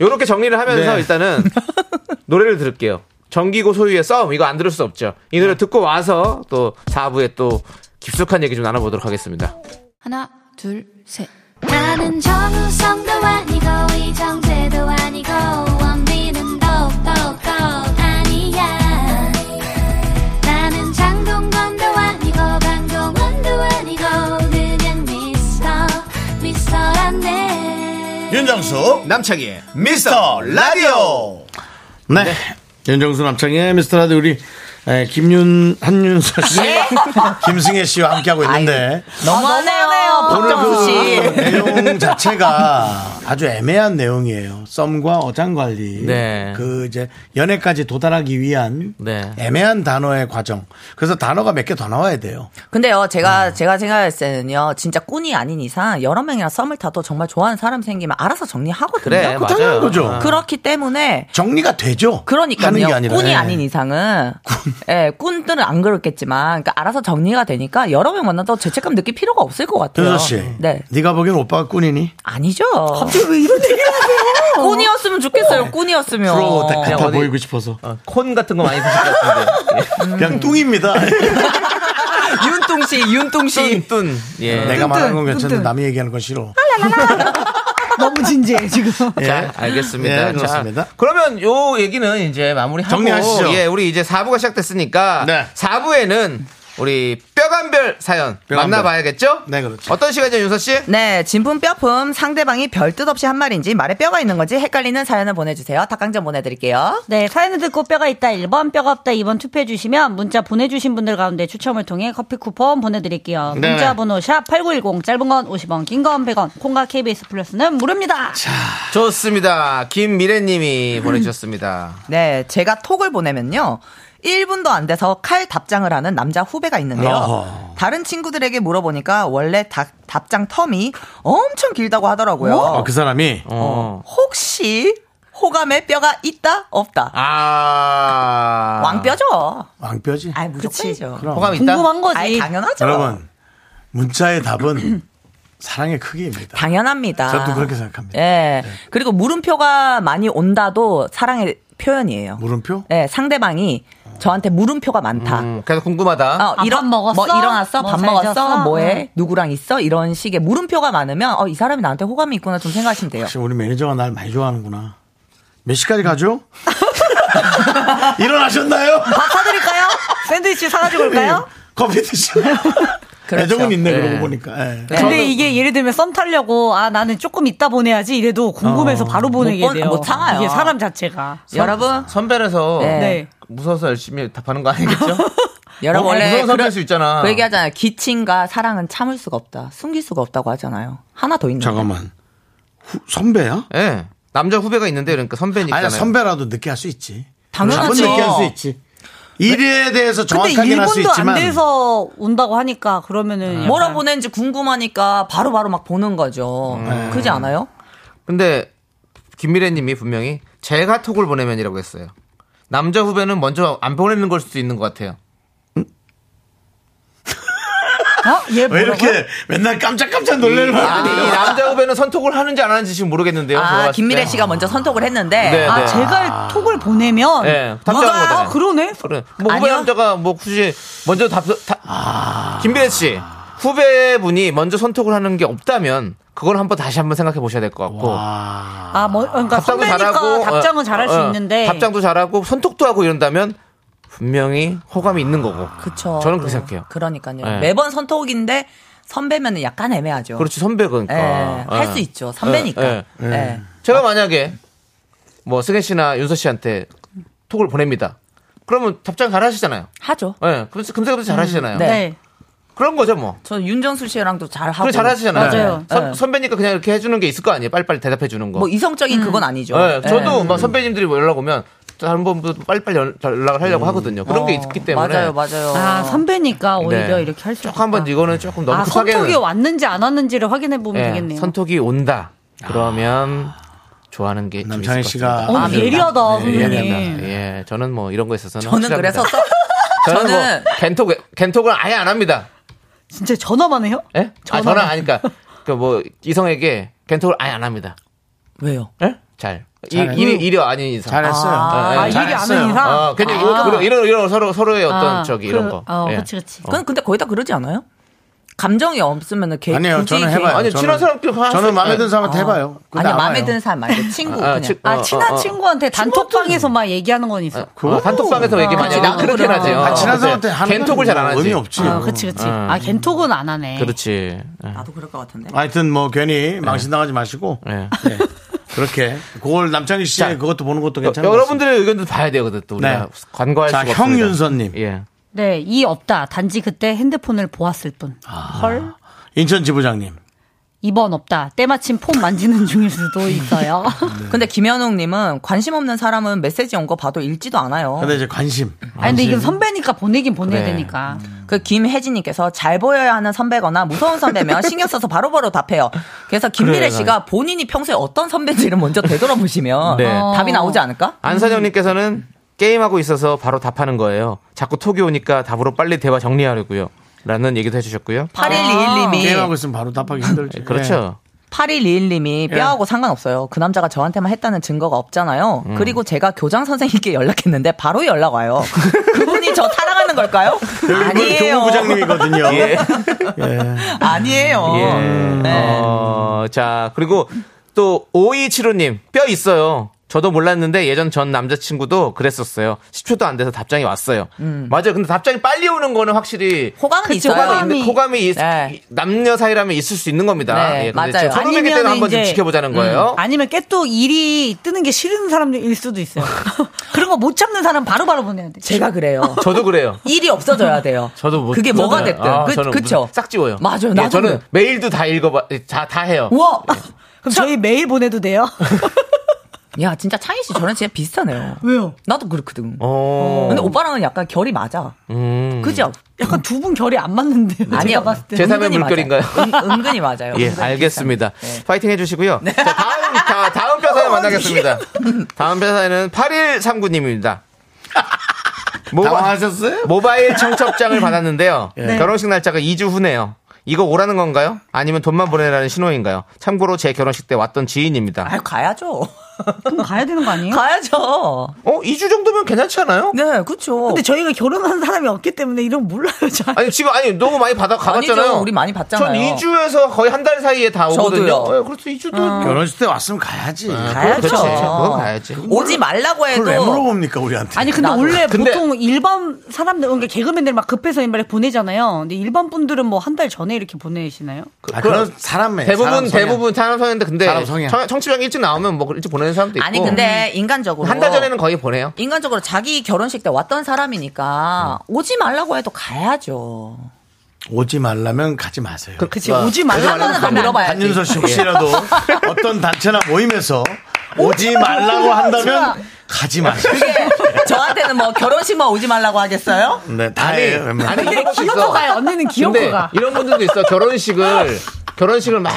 요렇게 정리를 하면서 네. *laughs* 일단은 노래를 들을게요. 정기고 소유의 싸움 이거 안 들을 수 없죠. 이 네. 노래 듣고 와서 또 4부에 또 깊숙한 얘기 좀 나눠보도록 하겠습니다. 하나, 둘, 셋. 나는 정우성도 아니고 이정재도 아니고 원빈은 더욱더 아니야 나는 장동건도 아니고 강동원도 아니고 그냥 미스터 미스터란데 윤정수 남창희의 미스터 라디오 네. 윤정수 남창희의 미스터 라디오 우리 에, 김윤 한윤서 씨 *laughs* 김승혜 씨와 함께하고 있는데 아, 너무하네요. 오늘 박정수 씨. 그 내용 자체가 아주 애매한 내용이에요. 썸과 어장 관리, 네. 그 이제 연애까지 도달하기 위한 네. 애매한 단어의 과정. 그래서 단어가 몇 개 더 나와야 돼요. 근데요, 네. 제가, 제가 생각했을 때는요, 진짜 꾼이 아닌 이상, 여러 명이랑 썸을 타도 정말 좋아하는 사람 생기면 알아서 정리하거든요. 그래, 그거 당연한 맞아요. 어. 거죠. 그렇기 때문에. 정리가 되죠. 그러니까요. 하는 게 아니라. 꾼이 예. 아닌 이상은. 꾼. 예, 꾼들은 안 그렇겠지만, 그러니까 알아서 정리가 되니까, 여러 명 만나도 죄책감 느낄 필요가 없을 것 같아요. 윤서 씨, 네. 네가 보기엔 오빠가 꾼이니? 아니죠. 갑자기 왜 이런 얘기를 하세요? 꾼이었으면 좋겠어요, 꾼이었으면. 프로 같아 그냥 어디- 보이고 싶어서. 콘 같은 거 많이 드실 것 *laughs* 음. 같은데. 그냥 뚱입니다. 윤뚱 씨, 윤뚱 씨. 뚠. 예. *laughs* 내가 뚠뚠, 말하는 건 괜찮은데 뚠뚠. 남이 얘기하는 건 싫어. 너무 진지해 지금. 자, 알겠습니다. 예, 그렇습니다. 자, 그러면 요 얘기는 이제 마무리하고 정리하시죠. 네. 예, 우리 이제 4부가 시작됐으니까 4부에는 우리 뼈간별 사연 뼈간별. 만나봐야겠죠? 네, 그렇죠. 어떤 시간이죠, 윤서 씨? 네, 진품 뼈품 상대방이 별뜻 없이 한 말인지 말에 뼈가 있는 건지 헷갈리는 사연을 보내주세요. 닭강정 보내드릴게요. 네, 사연을 듣고 뼈가 있다 1번, 뼈가 없다 2번 투표해주시면 문자 보내주신 분들 가운데 추첨을 통해 커피 쿠폰 보내드릴게요. 네. 문자 번호 샵8910, 짧은 건 50원, 긴 건 100원, 콩과 KBS 플러스는 무료입니다. 좋습니다. 김미래님이 보내주셨습니다. 네, 제가 톡을 보내면요. 1분도 안 돼서 칼 답장을 하는 남자 후배가 있는데요. 어허. 다른 친구들에게 물어보니까 원래 다- 답장 텀이 엄청 길다고 하더라고요. 어, 그 사람이 혹시 호감에 뼈가 있다? 없다? 아. 왕뼈죠. 왕뼈지. 아이, 무조건이죠. 그럼. 호감 있다? 궁금한 거지. 아이, 당연하죠. 여러분 문자의 답은 사랑의 크기입니다. 당연합니다. 저도 그렇게 생각합니다. 네. 예. 그리고 물음표가 많이 온다도 사랑의 표현이에요. 물음표? 예, 상대방이 저한테 물음표가 많다. 그래서 궁금하다. 아, 어, 일어, 먹었어? 뭐 일어났어? 뭐 밥 잘 먹었어? 잤어? 뭐해? 누구랑 있어? 이런 식의 물음표가 많으면 어, 이 사람이 나한테 호감이 있구나 좀 생각하시면 *laughs* 돼요. 혹시 우리 매니저가 날 많이 좋아하는구나. 몇 시까지 가죠? *laughs* 일어나셨나요? 예. 밥 사드릴까요? 샌드위치 사가지고 올까요? 커피 드시나요? 그렇죠. 애정은 있네 네. 그러고 보니까. 예. 근데 이게 예를 들면 썸 타려고 아 나는 조금 있다 보내야지 이래도 궁금해서 어. 바로 보내게 못 본- 돼요. 못 참아요. 이게 사람 자체가. 선- 선배라서 네. 네. 무서워서 열심히 답하는 거 *laughs* 아니겠죠? 여러분 어, 원래 무서운 선배일 그런- 수 있잖아. 그 얘기하잖아요. 기침과 사랑은 참을 수가 없다. 숨길 수가 없다고 하잖아요. 하나 더 있는 잠깐만. 후- 선배야? 예. 남자 후배가 있는데 그러니까 선배니까. 아니야 선배라도 늦게 할 수 있지. 당연하죠. 그건 늦게 할 수 있지. 일에 대해서 근데 정확하게 는 할 수 일본도 안 있지만 돼서 온다고 하니까 그러면은 네. 뭐라 보낸지 궁금하니까 바로바로 막 보는 거죠. 음. 그지 않아요? 근데 김미래님이 분명히 제가 톡을 보내면이라고 했어요. 남자 후배는 먼저 안 보내는 걸 수도 있는 것 같아요. 어? 왜 이렇게 맨날 깜짝깜짝 놀래는 거야? 아니 남자 후배는 선톡을 하는지 안 하는지 지금 모르겠는데요. 제가 아, 봤을 김미래 때. 씨가 먼저 선톡을 했는데. 네, 아 네. 제가 톡을 보내면 네, 답장한 누가 거잖아요. 아, 그러네. 그래. 뭐 후배 아니요. 남자가 뭐 굳이 먼저 답, 다, 김비래 씨 후배분이 먼저 선톡을 하는 게 없다면 그걸 한번 다시 한번 생각해 보셔야 될 것 같고. 아, 뭐, 그러니까 답장도 선배니까 잘하고 답장은 어, 잘할 수 어, 있는데 답장도 잘하고 선톡도 하고 이런다면 분명히 호감이 있는 거고. 그쵸. 저는 그렇게 생각해요. 그러니까요. 네. 매번 선톡인데 선배면은 약간 애매하죠. 그렇지 선배 그러니까. 그니까 예, 아. 할수 있죠. 선배니까. 네, 예. 제가 만약에 뭐 승혜 씨나 윤서 씨한테 톡을 보냅니다. 그러면 답장 잘 하시잖아요. 하죠. 예, 그래서 금세금세 음, 잘 하시잖아요. 네. 네. 그런 거죠 뭐. 저 윤정수 씨랑도 잘 하고. 그래 잘 하시잖아요. 네. 맞아요. 선, 네. 예. 선배니까 그냥 이렇게 해주는 게 있을 거 아니에요. 빨리빨리 대답해 주는 거. 뭐 음. 이성적인 그건 아니죠. 예, 네. 저도 예. 막 선배님들이 뭐 연락 오면 다른 분도 빨리빨리 연- 연락을 하려고 하거든요. 그런 어, 게 있기 때문에. 아 선배니까 어, 오히려 어. 네. 이렇게 할 수 있다. 쭉 한번 이거는 조금 너무 아 급하게. 예, 선톡이 왔는지 안 왔는지를 확인해 보면 되겠네요. 선톡이 온다. 그러면 좋아하는 게 남창희 네. 씨가 아, 어, 예리하다, 선배님. 예, 저는 뭐 이런 거에 있어서는 아, 저는 확실합니다. 그래서 *laughs* 저는, 저는- 뭐 겐톡 겐톡을 아예 안 합니다. 진짜 전화만 해요? 예? 아, 전화만. 전화 아니까 그 뭐 이성에게 겐톡을 아예 안 합니다. 왜요? 예? 잘. 이, 잘해요. 일이 일이 아닌 이상 잘했어요. 아, 예, 예. 아, 일이 잘했어요. 아닌 이상? 아, 그냥 아. 이거- 그리고 이런 이런 서로 서로의 어떤 아, 저기 그- 이런 거. 어, 예. 그치, 그치. 그건 근데 거의 다 그러지 않아요? 감정이 없으면은 개, 아니에요, 굳이 저는 개- 해봐요. 예, 아니, 저는- 친한 사람끼리 하나 저는 쓸- 마음에 드는 사람한테 어. 해봐요. 그거 아니야 나와요. 마음에 드는 사람 말고 친구 아, 아, 그냥. 친- 아 어, 친한 어, 어. 친구한테 단톡방에서 막 얘기하는 건 있어. 아, 단톡방에서 얘기 많이 하고 그렇게 하죠. 아, 친한 사람한테 하는 톡을 잘 안 하지. 의미 없지. 아, 그치 그치. 음. 아 겐톡은 안 하네. 그렇지. 예. 나도 그럴 것 같은데. 하여튼 뭐 괜히 망신당하지 마시고 예. 네. 그렇게 그걸 남창희 씨의 그것도 보는 것도 괜찮아요. 여러분들의 의견도 봐야 되거든 또 우리가 관과할 자, 수가 형윤선님. 예. 네, 이 없다. 단지 그때 핸드폰을 보았을 뿐. 헐. 인천 지부장님. 2번 없다. 때마침 폰 만지는 *laughs* 중일 수도 있어요. 아, 네. 근데 김현웅님은 관심 없는 사람은 메시지 온 거 봐도 읽지도 않아요. 근데 이제 관심. *laughs* 아니 근데 이건 선배니까 보내긴 보내야 그래. 되니까. 그 김혜진님께서 잘 보여야 하는 선배거나 무서운 선배면 신경 써서 바로바로 답해요. 그래서 김미래 그래, 씨가 본인이 평소에 어떤 선배인지를 먼저 되돌아보시면 네. 답이 나오지 않을까? 안선영님께서는 게임하고 있어서 바로 답하는 거예요. 자꾸 톡이 오니까 답으로 빨리 대화 정리하려고요. 라는 얘기도 해주셨고요. 8121님이 게임하고 있으면 바로 답하기 힘들지. 그렇죠. 예. 8121님이 뼈하고 상관없어요. 그 남자가 저한테만 했다는 증거가 없잖아요. 음. 그리고 제가 교장 선생님께 연락했는데 바로 연락 와요. *laughs* 그분이 저 사랑하는 걸까요? 그 예. 아니에요. 교무부장님이거든요. 예. 뭐 아니에요. 예. 음. 어, 자, 그리고 또 5275님, 뼈 있어요. 저도 몰랐는데 예전 전 남자친구도 그랬었어요. 10초도 안 돼서 답장이 왔어요. 음. 맞아요. 근데 답장이 빨리 오는 거는 확실히 호감이 그치, 있어요. 호감이, 있는- 호감이. 호감이 있- 네. 남녀 사이라면 있을 수 있는 겁니다. 네, 예, 근데 맞아요. 저 소름이 때는 한번 좀 이제- 지켜보자는 거예요. 음. 아니면 깨또 일이 뜨는 게 싫은 사람일 수도 있어요. *laughs* 그런 거 못 참는 사람 바로바로 보내야 돼. 제가 *laughs* 그래요. 저도 그래요. 일이 없어져야 돼요. 저도 뭐 그게 뭐가 됐든. 그- 저는 그쵸? 무슨- 싹 지워요. 맞아요. 예, 나도 저는 예. 그래요. 메일도 다 읽어봐, 다, 다 해요. 우와! 그럼 저희 매일 보내도 돼요? *laughs* 야, 진짜 창희 씨 저랑 진짜 비슷하네요. 왜요? 나도 그렇거든. 어. 근데 오빠랑은 약간 결이 맞아. 음. 네. 그죠? 약간 두 분 결이 안 맞는데요. 아니요. 제가 봤을 때. 제3의 물결인가요? 은, 은근히 맞아요. 예, 은근히 알겠습니다. 네. 파이팅 해주시고요. 자, 다음, 다, *laughs* 어, 다음 뼈사연 만나겠습니다. 다음 뼈사연은 *laughs* 8139님입니다. 당황하셨어요? 모바일 *laughs* 청첩장을 받았는데요. 네. 결혼식 날짜가 2주 후네요. 이거 오라는 건가요? 아니면 돈만 보내라는 신호인가요? 참고로 제 결혼식 때 왔던 지인입니다. 아유, 가야죠. 그럼 가야 되는 거 아니에요? 가야죠. 어, 2주 정도면 괜찮지 않아요? 네, 그쵸. 근데 저희가 결혼한 사람이 없기 때문에 이런 몰라요, 잘. 아니, 지금, 아니, 너무 많이 받아, 가봤잖아요. 아니죠. 우리 많이 전 봤잖아요. 2주에서 거의 한 달 사이에 다 오거든요. 저도요. 예, 그래서 2주도. 그렇죠. 결혼식 때 왔으면 가야지. 가야죠. 아, 그렇지. 그건 가야지. 오지 말라고 아, 그걸 왜 해도. 물어봅니까 그, 우리한테? 아니 근데 나도. 원래 근데- 보통 일반 사람들 그러니까 개그맨들 막 급해서 인발에 보내잖아요. 근데 일반 분들은 뭐 한 달 전에 이렇게 보내시나요? 아, 그런 사람에 대부분 사람 성향. 대부분 사람 성향인데 근데 사람 성향. 청- 청취자가 일찍 나오면 뭐 일찍 보내는 사람도 있고 음. 아니, 근데 인간적으로. 한 달 전에는 거의 보내요. 인간적으로 자기 결혼식 때 왔던 사람이니까 음. 오지 말라고 해도 가야죠. 오지 말라면 가지 마세요. 아, 예. 그치 오지 말라는 가면 안 돼. *laughs* 한윤서 씨 혹시라도 어떤 단체나 모임에서 오지 말라고 한다면 가지 마세요. 저한테는 뭐 결혼식만 오지 말라고 하겠어요? 네, 다예요. 웬만하면. 기어코 가요. 아, 언니는 기어코 근데 가. 이런 분들도 있어. 결혼식을 결혼식을 막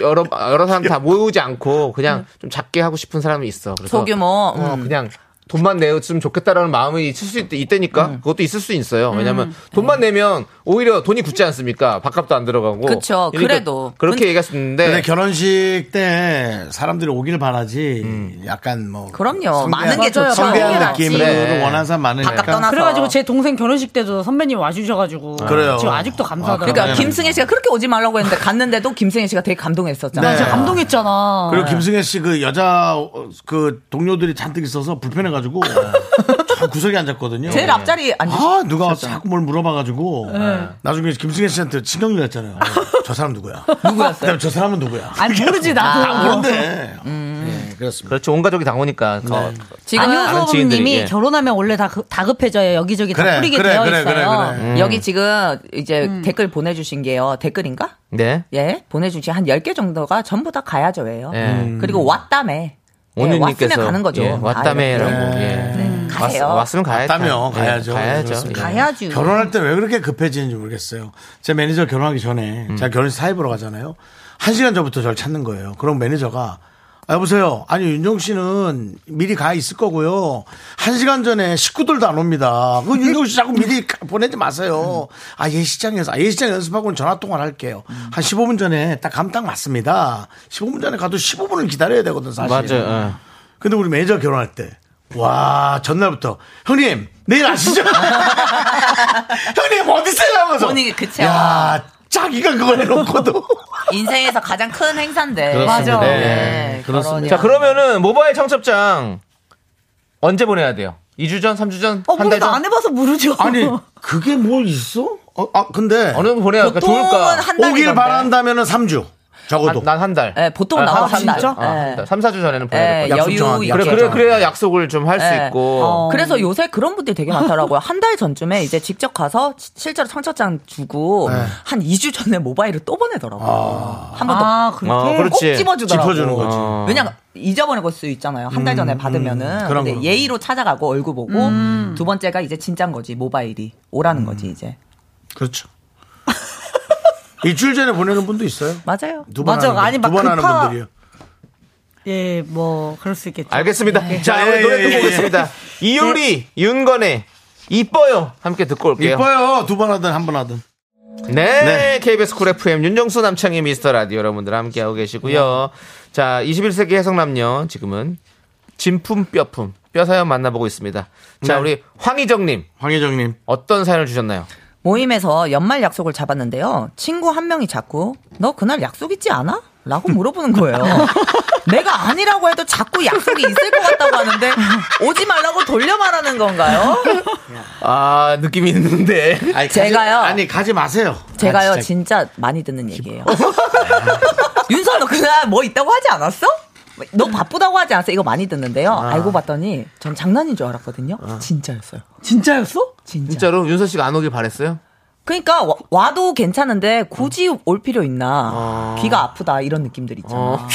여러 여러 사람 다 모으지 않고 그냥 네. 좀 작게 하고 싶은 사람이 있어. 그래서 소규모, 어, 음. 그냥 돈만 내었으면 좋겠다라는 마음이 있을 수 있, 있다니까 그것도 있을 수 있어요. 음. 왜냐면 돈만 내면 오히려 돈이 굳지 않습니까? 밥값도 안 들어가고. 그쵸, 그러니까 그래도. 그렇게 근데- 얘기할 수 있는데. 근데 결혼식 때 사람들이 오길 바라지. 약간 뭐 그럼요. 성대한- 많은 게 좋죠. 성대한 당연하지. 느낌으로 네. 원하는 사람 많으니까. 그래가지고 제 동생 결혼식 때도 선배님 와주셔가지고 그래요. 지금 아직도 감사하더라고요. 그러니까 음. 김승혜 씨가 그렇게 오지 말라고 했는데 갔는데도 김승혜 씨가 되게 감동했었잖아요. 네. 진짜 감동했잖아. 네. 그리고 김승혜 씨 그 여자 어, 그 동료들이 잔뜩 있어서 불편해가지고 저 구석에 앉았거든요. 제일 앞자리 앉으- 아 누가 와서 자꾸 뭘 물어봐가지고 나중에 김승혜 씨한테 신경이 났잖아요. 저 사람 누구야? 아. 누구였어요? 네. 그다음에 저 사람은 누구야? 아니 모르지 다 나도. 모른데. 네, 그렇습니다. 그렇죠. 온 가족이 다 오니까. 네. 더 지금 아는 지인들이, 안효섭님이 예. 결혼하면 원래 다 급- 다급해져요. 여기저기 그래, 다 뿌리게 그래, 되어 그래, 있어요. 그래, 그래. 음. 여기 지금 이제 댓글 보내주신 게요. 댓글인가? 네. 예, 보내주신 한 10개 정도가 전부 다 가야죠예요. 예. 음. 그리고 왔다며. 예, 왔으면 오늘님께서 가는 거죠. 아, 예, 왔다며라고. 네. 예. 가세요. 왔, 으면 가야죠. 왔다며 가야죠. 예, 가야죠. 그렇습니다. 예. 가야지. 결혼할 때 왜 그렇게 급해지는지 모르겠어요. 제 매니저 결혼하기 전에 음. 제가 결혼식 사회 보러 가잖아요. 한 시간 전부터 저를 찾는 거예요. 그럼 매니저가 아, 여보세요. 아니 윤종 씨는 미리 가 있을 거고요. 한 시간 전에 식구들도 안 옵니다. 음. 그 윤종 씨 자꾸 미리 가- 보내지 마세요. 아 예시장에서 아, 예시장 연습하고는 전화 통화 를 할게요. 음. 한 15분 전에 딱 감 딱 맞습니다. 15분 전에 가도 15분을 기다려야 되거든 사실. 맞아요. 예. 근데 우리 매니저 결혼할 때. 와 전날부터 형님 내일 아시죠? *laughs* 형님 어디세요? 하면서 본인이 그쵸. 야 자기가 그걸 해놓고도 *laughs* 인생에서 가장 큰 행사인데. 예, 그렇습니다. 맞아. 네, 자, 그러면은 모바일 청첩장 언제 보내야 돼요? 2주 전, 3주 전, 어, 한 달 모르다 전? 안 해봐서 모르죠. *laughs* 아니 그게 뭘 있어? 어, 아 근데 어느 정도 보내야 그러니까 보통은 좋을까? 한 달이 오길 바란다면 은 3주 적어도 아, 난 한 달. 예, 보통 아, 나와 삼- 한 달. 진짜? 아, 한 예. 달. 3, 4주 전에는 예, 보내야 될것 같아요. 약속 여유 정하기, 있게. 약속 그래, 그래, 그래야 약속을 좀 할 수 예. 있고. 어. 그래서 요새 그런 분들이 되게 많더라고요. 한 달 전쯤에 이제 직접 가서 시- 실제로 청첩장 주고 네. 한 2주 전에 모바일을 또 보내더라고요. 한 번 더. 아 그렇게. 어, 꼭 그렇지. 찝어주더라고. 짚어주는 거지. 어. 왜냐면 잊어버릴 수 있잖아요. 한 달 전에 받으면은. 음, 그럼, 근데 그럼. 예의로 찾아가고 얼굴 보고 음. 두 번째가 이제 진짠 거지. 모바일이 오라는 음. 거지 이제. 그렇죠 *laughs* 일주일 전에 보내는 분도 있어요 맞아요. 두 번 맞아. 하는, 아니, 분, 막 두번 하는 급하- 분들이요 *laughs* 예, 뭐 그럴 수 아, 있겠죠. 알겠습니다. 네. 자, 예, 오늘 노래 예, 듣고 예, 오겠습니다. 이효리, 윤건의 이뻐요. 함께 듣고 올게요. 이뻐요 두 번 하든 한 번 하든 네, KBS 쿨 FM 윤정수 남창희 미스터 라디오 여러분들 함께하고 계시고요. 자, 21세기 해성남녀 지금은 진품 뼈품 뼈 사연 만나보고 있습니다. 자, 네. 우리 황희정님 황혜정님 어떤 사연을 주셨나요? 모임에서 연말 약속을 잡았는데요. 친구 한 명이 자꾸 너 그날 약속 있지 않아? 라고 물어보는 거예요. 내가 아니라고 해도 자꾸 약속이 있을 것 같다고 하는데 오지 말라고 돌려 말하는 건가요? 아, 느낌이 있는데. 아니, 제가요? 가지, 아니 가지 마세요 제가요 아, 진짜. 진짜. 많이 듣는 얘기예요. *laughs* 윤서 너 그날 뭐 있다고 하지 않았어? 너 바쁘다고 하지 않았어? 이거 많이 듣는데요. 알고 봤더니 전 장난인 줄 알았거든요. 진짜였어요. 진짜였어? 진짜. 진짜로 윤서 씨가 안 오길 바랬어요? 그러니까 와- 와도 괜찮은데 굳이 음. 올 필요 있나? 귀가 아프다 이런 느낌들 있잖아. 어.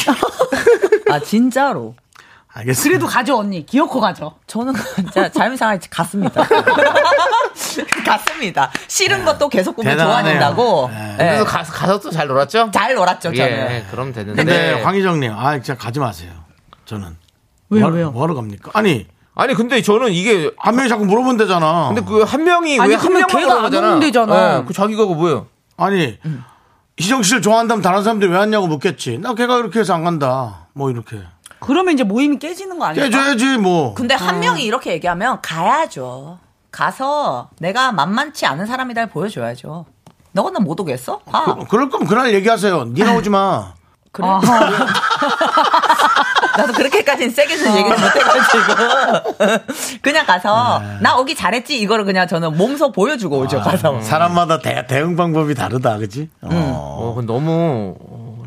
*laughs* 아 진짜로. 그래도 알겠습니다 가죠 언니. 기어코 가죠. 저는 *laughs* 진짜 자연상황에 갔습니다. *laughs* 갔습니다. 싫은 것도 계속 보면 네. 대단하네요. 좋아진다고. 예. 예. 그래서 가서, 가서 또 잘 놀았죠? 잘 놀았죠 저는. 예, 그럼 되는데. 근데 황희정님 아 진짜 가지 마세요 저는 왜요, 뭐, 왜요? 뭐하러 갑니까 아니 아니, 근데 저는 이게 한 명이 자꾸 물어본대잖아. 근데 그 한 명이 아니, 왜 한 그러면 명만 걔가 안 물어보잖아. 오면 되잖아. 예, 그 자기가 그 뭐예요? 아니 희정 씨를 좋아한다면 다른 사람들이 왜 왔냐고 묻겠지. 나 걔가 이렇게 해서 안 간다. 뭐 이렇게 그러면 이제 모임이 깨지는 거 아니야? 깨줘야지 뭐. 근데 한 명이 이렇게 얘기하면 가야죠. 가서 내가 만만치 않은 사람이다 보여줘야죠. 너가 나 못 오겠어? 아, 그, 럴 거면 그날 얘기하세요. 니나 오지 *laughs* 마. 그래. *laughs* 나도 그렇게까지는 세게는 얘기를 어. 못해가지고. *laughs* 그냥 가서, 네. 나 오기 잘했지? 이거를 그냥 저는 몸소 보여주고 아. 오죠, 가서. 사람마다 대, 대응 방법이 다르다, 그지? 어, 그건 너무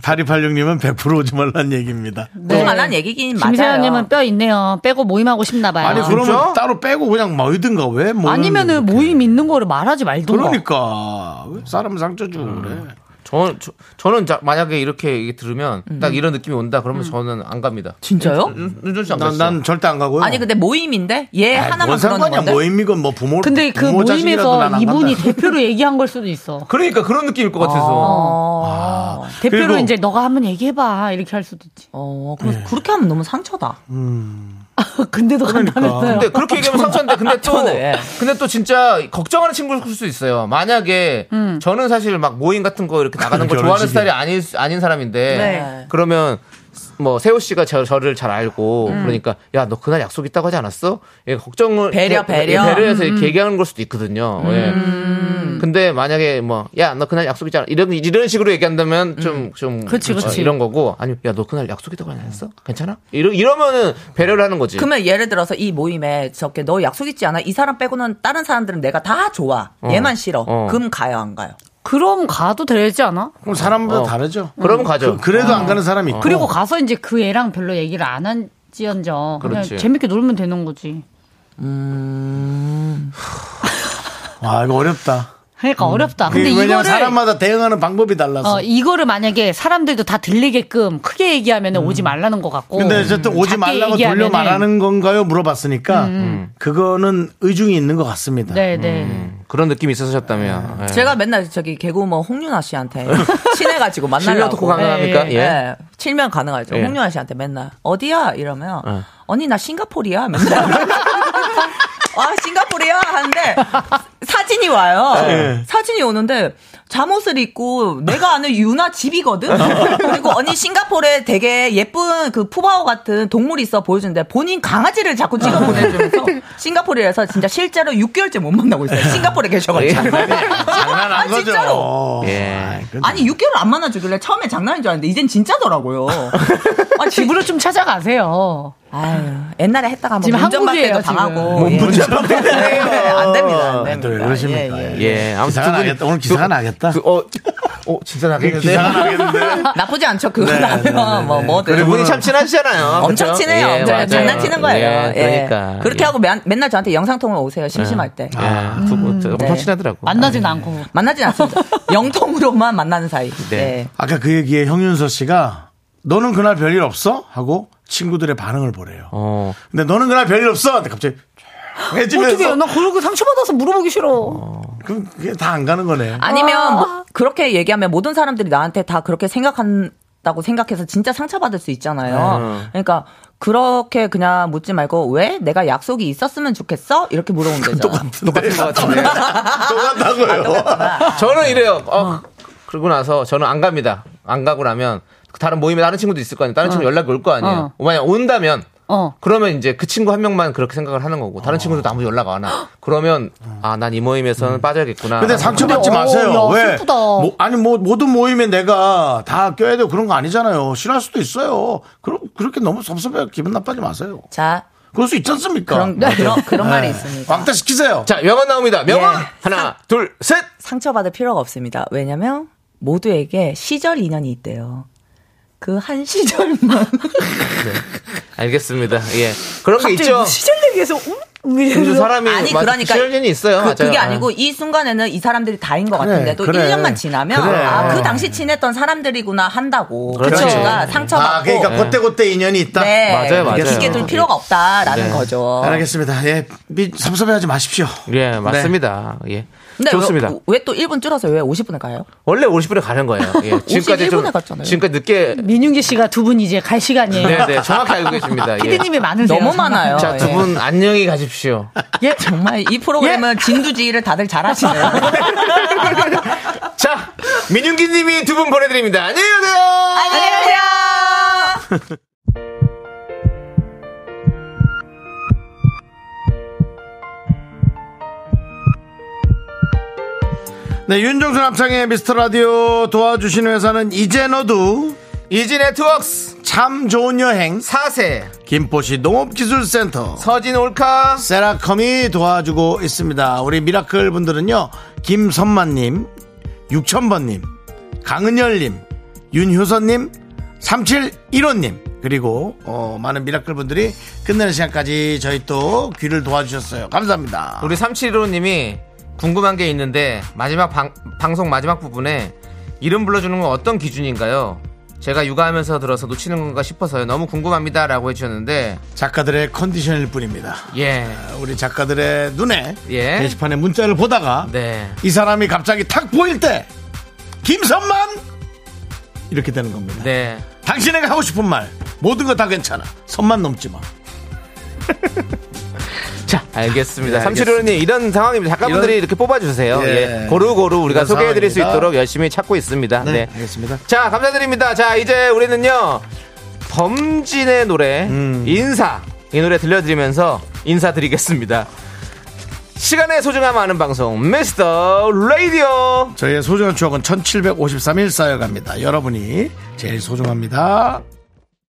8286님은 100% 오지 말란 얘기입니다. 그만한 얘기긴 맞아요. 네. 김세현님은 뼈 있네요. 빼고 모임하고 싶나 봐요. 아니, 아니, 그러면 따로 빼고 그냥 뭐이든가 왜? 뭐 면은 모임 있는 거를 말하지 말던가. 그러니까. 왜 사람 상처 주고 그래. 저는 저, 저는 자- 만약에 이렇게 이게 들으면 음. 딱 이런 느낌이 온다 그러면 저는 안 갑니다. 진짜요? 눈조씨 음. 안 난, 갔어요. 난 절대 안 가고요. 음. 아니 근데 모임인데 네, 얘 아이, 하나만 뭔 그러는 상관이야 건데. 모임이건 뭐 부모 근데 그 부모 자식이라도 난안 모임에서 간다. 이분이 대표로 얘기한 걸 수도 있어. 그러니까 그런 느낌일 것 같아서. 어. 대표로 그리고- 이제 너가 한번 얘기해봐 이렇게 할 수도 있지. 어, 그럼 예. 그렇게 하면 너무 상처다. 음. 아, 근데도 그러니까. 간다면서요. 근데 그렇게 얘기하면 상처인데 근데 또 네. 저는, 예. 근데 또 진짜 걱정하는 친구일 수 있어요. 만약에 저는 사실 막 모임 같은 거 이렇게 나가는 거 좋아하는 결혼식이요. 스타일이 아닌 아닌 사람인데 네. 그러면 뭐 세호 씨가 저, 를잘 알고 그러니까 야 너 그날 약속 있다고 하지 않았어? 예, 걱정을 배려, 배려. 음. 해서 이렇게 얘기하는 걸 수도 있거든요. 예. 근데 만약에 뭐 야 너 그날 약속 있잖아 이런 이런 식으로 얘기한다면 좀좀 음. 어, 그치, 그치. 이런 거고 아니면 야 너 그날 약속 있다고 하지 않았어? 괜찮아? 이러, 이러면은 배려를 하는 거지. 그러면 예를 들어서 이 모임에 저렇게 너 약속 있지 않아? 이 사람 빼고는 다른 사람들은 내가 다 좋아. 얘만 싫어. 어. 그럼 가요, 안 가요? 그럼 가도 되지 않아? 그럼 사람마다 어. 다르죠. 그러면 가죠. 그, 래도안 가는 사람이 있고. 음. 그리고 가서 이제 그 애랑 별로 얘기를 안 한지언정 그냥 그렇지. 재밌게 놀면 되는 거지. 아 이거 어렵다. 그러니까 어렵다. 음. 그게 근데 왜냐면 이거를 사람마다 대응하는 방법이 달라서. 어, 이거를 만약에 사람들도 다 들리게끔 크게 얘기하면 오지 말라는 것 같고. 음. 근데 어쨌든 오지 작게 말라고 돌려 얘기하면은- 음. 말하는 건가요? 물어봤으니까 음. 그거는 의중이 있는 것 같습니다. 네, 네. 음. 그런 느낌이 있으셨다면 예. 제가 맨날 저기 개그우먼 홍윤아 씨한테 친해가지고 *laughs* 실력 만나려고 토크 가능합니까? 예. 예. 예. 칠면 가능하죠. 예. 홍윤아 씨한테 맨날 어디야 이러면 예. 언니 나 싱가포르야 맨날. *laughs* 아 싱가포르야 하는데 사진이 와요. 사진이 오는데 잠옷을 입고 내가 아는 유나 집이거든. 그리고 언니 싱가포르에 되게 예쁜 그 푸바오 같은 동물이 있어 보여주는데 본인 강아지를 자꾸 찍어 보내주면서 싱가포르에서 진짜 실제로 6개월째 못 만나고 있어요. 싱가포르에 계셔가지고. 장난 아, 안 거죠. 진짜로? 어. 예. 아이, 근데 아니 6개월 안 만나주길래 처음에 장난인 줄 알았는데 이젠 *laughs* 진짜더라고요. 아, 지금 집으로 좀 찾아가세요. 아유 옛날에 했다가 뭐 지금 운전할 때도 한국이에요, 당하고 뭐 예. 안 됩니다. 아, 안 됩니다. 애들 왜 그러십니까? 예, 예. 예, 아무튼 기사가 두 분이- 나겠다. 오늘 기사가 두- 나겠다. 네, 그, 어, 어, 진짜 나겠는데. 기사가 *laughs* 네. 나겠는데. 나쁘지 않죠. 그거 나면 뭐 뭐든 두그 분이 참 친하시잖아요. 엄청 네. 그렇죠? 친해요. 예, 엄청 맞아요. 장난치는 거예요. 예, 예. 그러니까. 그렇게 예. 하고 맨, 맨날 저한테 영상통화 오세요. 심심할 때. 예, 두 분, 엄청 네. 친하더라고. 아, 만나진 예. 않고. 만나진 않습니다. *laughs* 영통으로만 만나는 사이. 네. 예. 아까 그 얘기에 형윤서 씨가 너는 그날 별일 없어? 하고 친구들의 반응을 보래요. 어, 근데 너는 그날 별일 없어? 근데 갑자기 어떻게 해지면서 나 그러고 상처받아서 물어보기 싫어. 그럼 그게 다 안 가는 거네. 아니면 뭐 그렇게 얘기하면 모든 사람들이 나한테 다 그렇게 생각한다고 생각해서 진짜 상처받을 수 있잖아요. 그러니까 그렇게 그냥 묻지 말고 왜 내가 약속이 있었으면 좋겠어 이렇게 물어보면 되죠. 그 똑같은 것 *laughs* 같은데. 아, 똑같다고요. 저는 이래요. 어, 그러고 나서 저는 안 갑니다. 안 가고 나면 그 다른 모임에 다른 친구도 있을 거 아니에요. 어. 다른 친구 연락이 올 거 아니에요. 만약 온다면 어. 그러면 이제 그 친구 한 명만 그렇게 생각을 하는 거고 어. 다른 친구들도 아무 연락 안 와. 그러면 아 난 이 모임에서는 음. 빠져야겠구나. 근데 상처받지 근데, 마세요. 어, 야, 왜? 슬프다. 뭐, 아니 뭐 모든 모임에 내가 다 껴야 되고 그런 거 아니잖아요. 싫어할 수도 있어요. 그럼 그렇게 너무 섭섭해 기분 나빠지 마세요. 자 그럴 수 있지 않습니까? 네. 그런 그런, 그런 말이 있습니다. 왕따 시키세요. 자 명언 나옵니다. 명언 예. 하나 둘 셋. 상처받을 필요가 없습니다. 왜냐면 모두에게 시절 인연이 있대요. 그 한 시절만 알겠습니다. 예. 그런 게 갑자기 있죠. 시절 얘기해서 음? 근데 사람이 아니 맞- 그러니까 시절년이 있어요. 맞아요. 그, 게 아. 아니고 이 순간에는 이 사람들이 다인 것 그래, 같은데도 그래. 1년만 지나면 그래. 아 그 당시 친했던 사람들이구나 한다고 그 그렇죠. 친구가 상처받고 아, 네. 그러니까 그때 그때 인연이 있다. 네, 맞아요, 네. 맞아요. 깊게 둘 필요가 없다라는 거죠. 알겠습니다. 예, 미- 섭섭해하지 마십시오. 네. 예, 맞습니다. 예. 근데 좋습니다. 왜 또 1분 줄어서 왜 50분에 가요? 원래 50분에 가는 거예요. 예. *laughs* 지금까지 좀 51분에 갔잖아요. 지금까지 늦게 민윤기 씨가 두 분 이제 갈 시간이에요. 네, 네. 정확히 알고 계십니다. 예. 피디님이 많으세요. 너무 정말. 많아요. 자, 예. 두 분 안녕히 가십시오. 예, 정말 이 프로그램은 진두지휘를 다들 잘하시네요. *laughs* 자, 민윤기 님이 두 분 보내 드립니다. 안녕히 가세요. 안녕하세요. 네, 윤종수 남창의 미스터 라디오 도와주시는 회사는 이제 너도 이지 네트워크스 참 좋은 여행 4세 김포시 농업기술센터 서진 올카 세라컴이 도와주고 있습니다. 우리 미라클 분들은요, 김선만님, 6000번님, 강은열님, 윤효선님, 3715님, 그리고, 어, 많은 미라클 분들이 끝내는 시간까지 저희 또 귀를 도와주셨어요. 아. 감사합니다. 우리 371호 님이 궁금한 게 있는데 마지막 방, 방송 마지막 부분에 이름 불러주는 건 어떤 기준인가요? 제가 육아하면서 들어서 놓치는 건가 싶어서요. 너무 궁금합니다. 라고 해주셨는데. 작가들의 컨디션일 뿐입니다. 예. 우리 작가들의 눈에 예. 게시판에 문자를 보다가 네. 이 사람이 갑자기 탁 보일 때 김선만 이렇게 되는 겁니다. 네. 당신에게 하고 싶은 말 모든 거 다 괜찮아. 선만 넘지 마. 자, 알겠습니다. 네, 삼칠오님 이런 상황입니다. 작가분들이 이런- 이렇게 뽑아주세요. 예. 예. 고루고루 우리가 이런 소개해드릴 수 상황입니다. 있도록 열심히 찾고 있습니다. 네, 네. 알겠습니다. 자, 감사드립니다. 자, 이제 우리는요. 범진의 노래 인사 이 노래 들려드리면서 인사드리겠습니다. 시간의 소중함 아는 방송 미스터 라디오 저희의 소중한 추억은 1753일 쌓여갑니다. 여러분이 제일 소중합니다.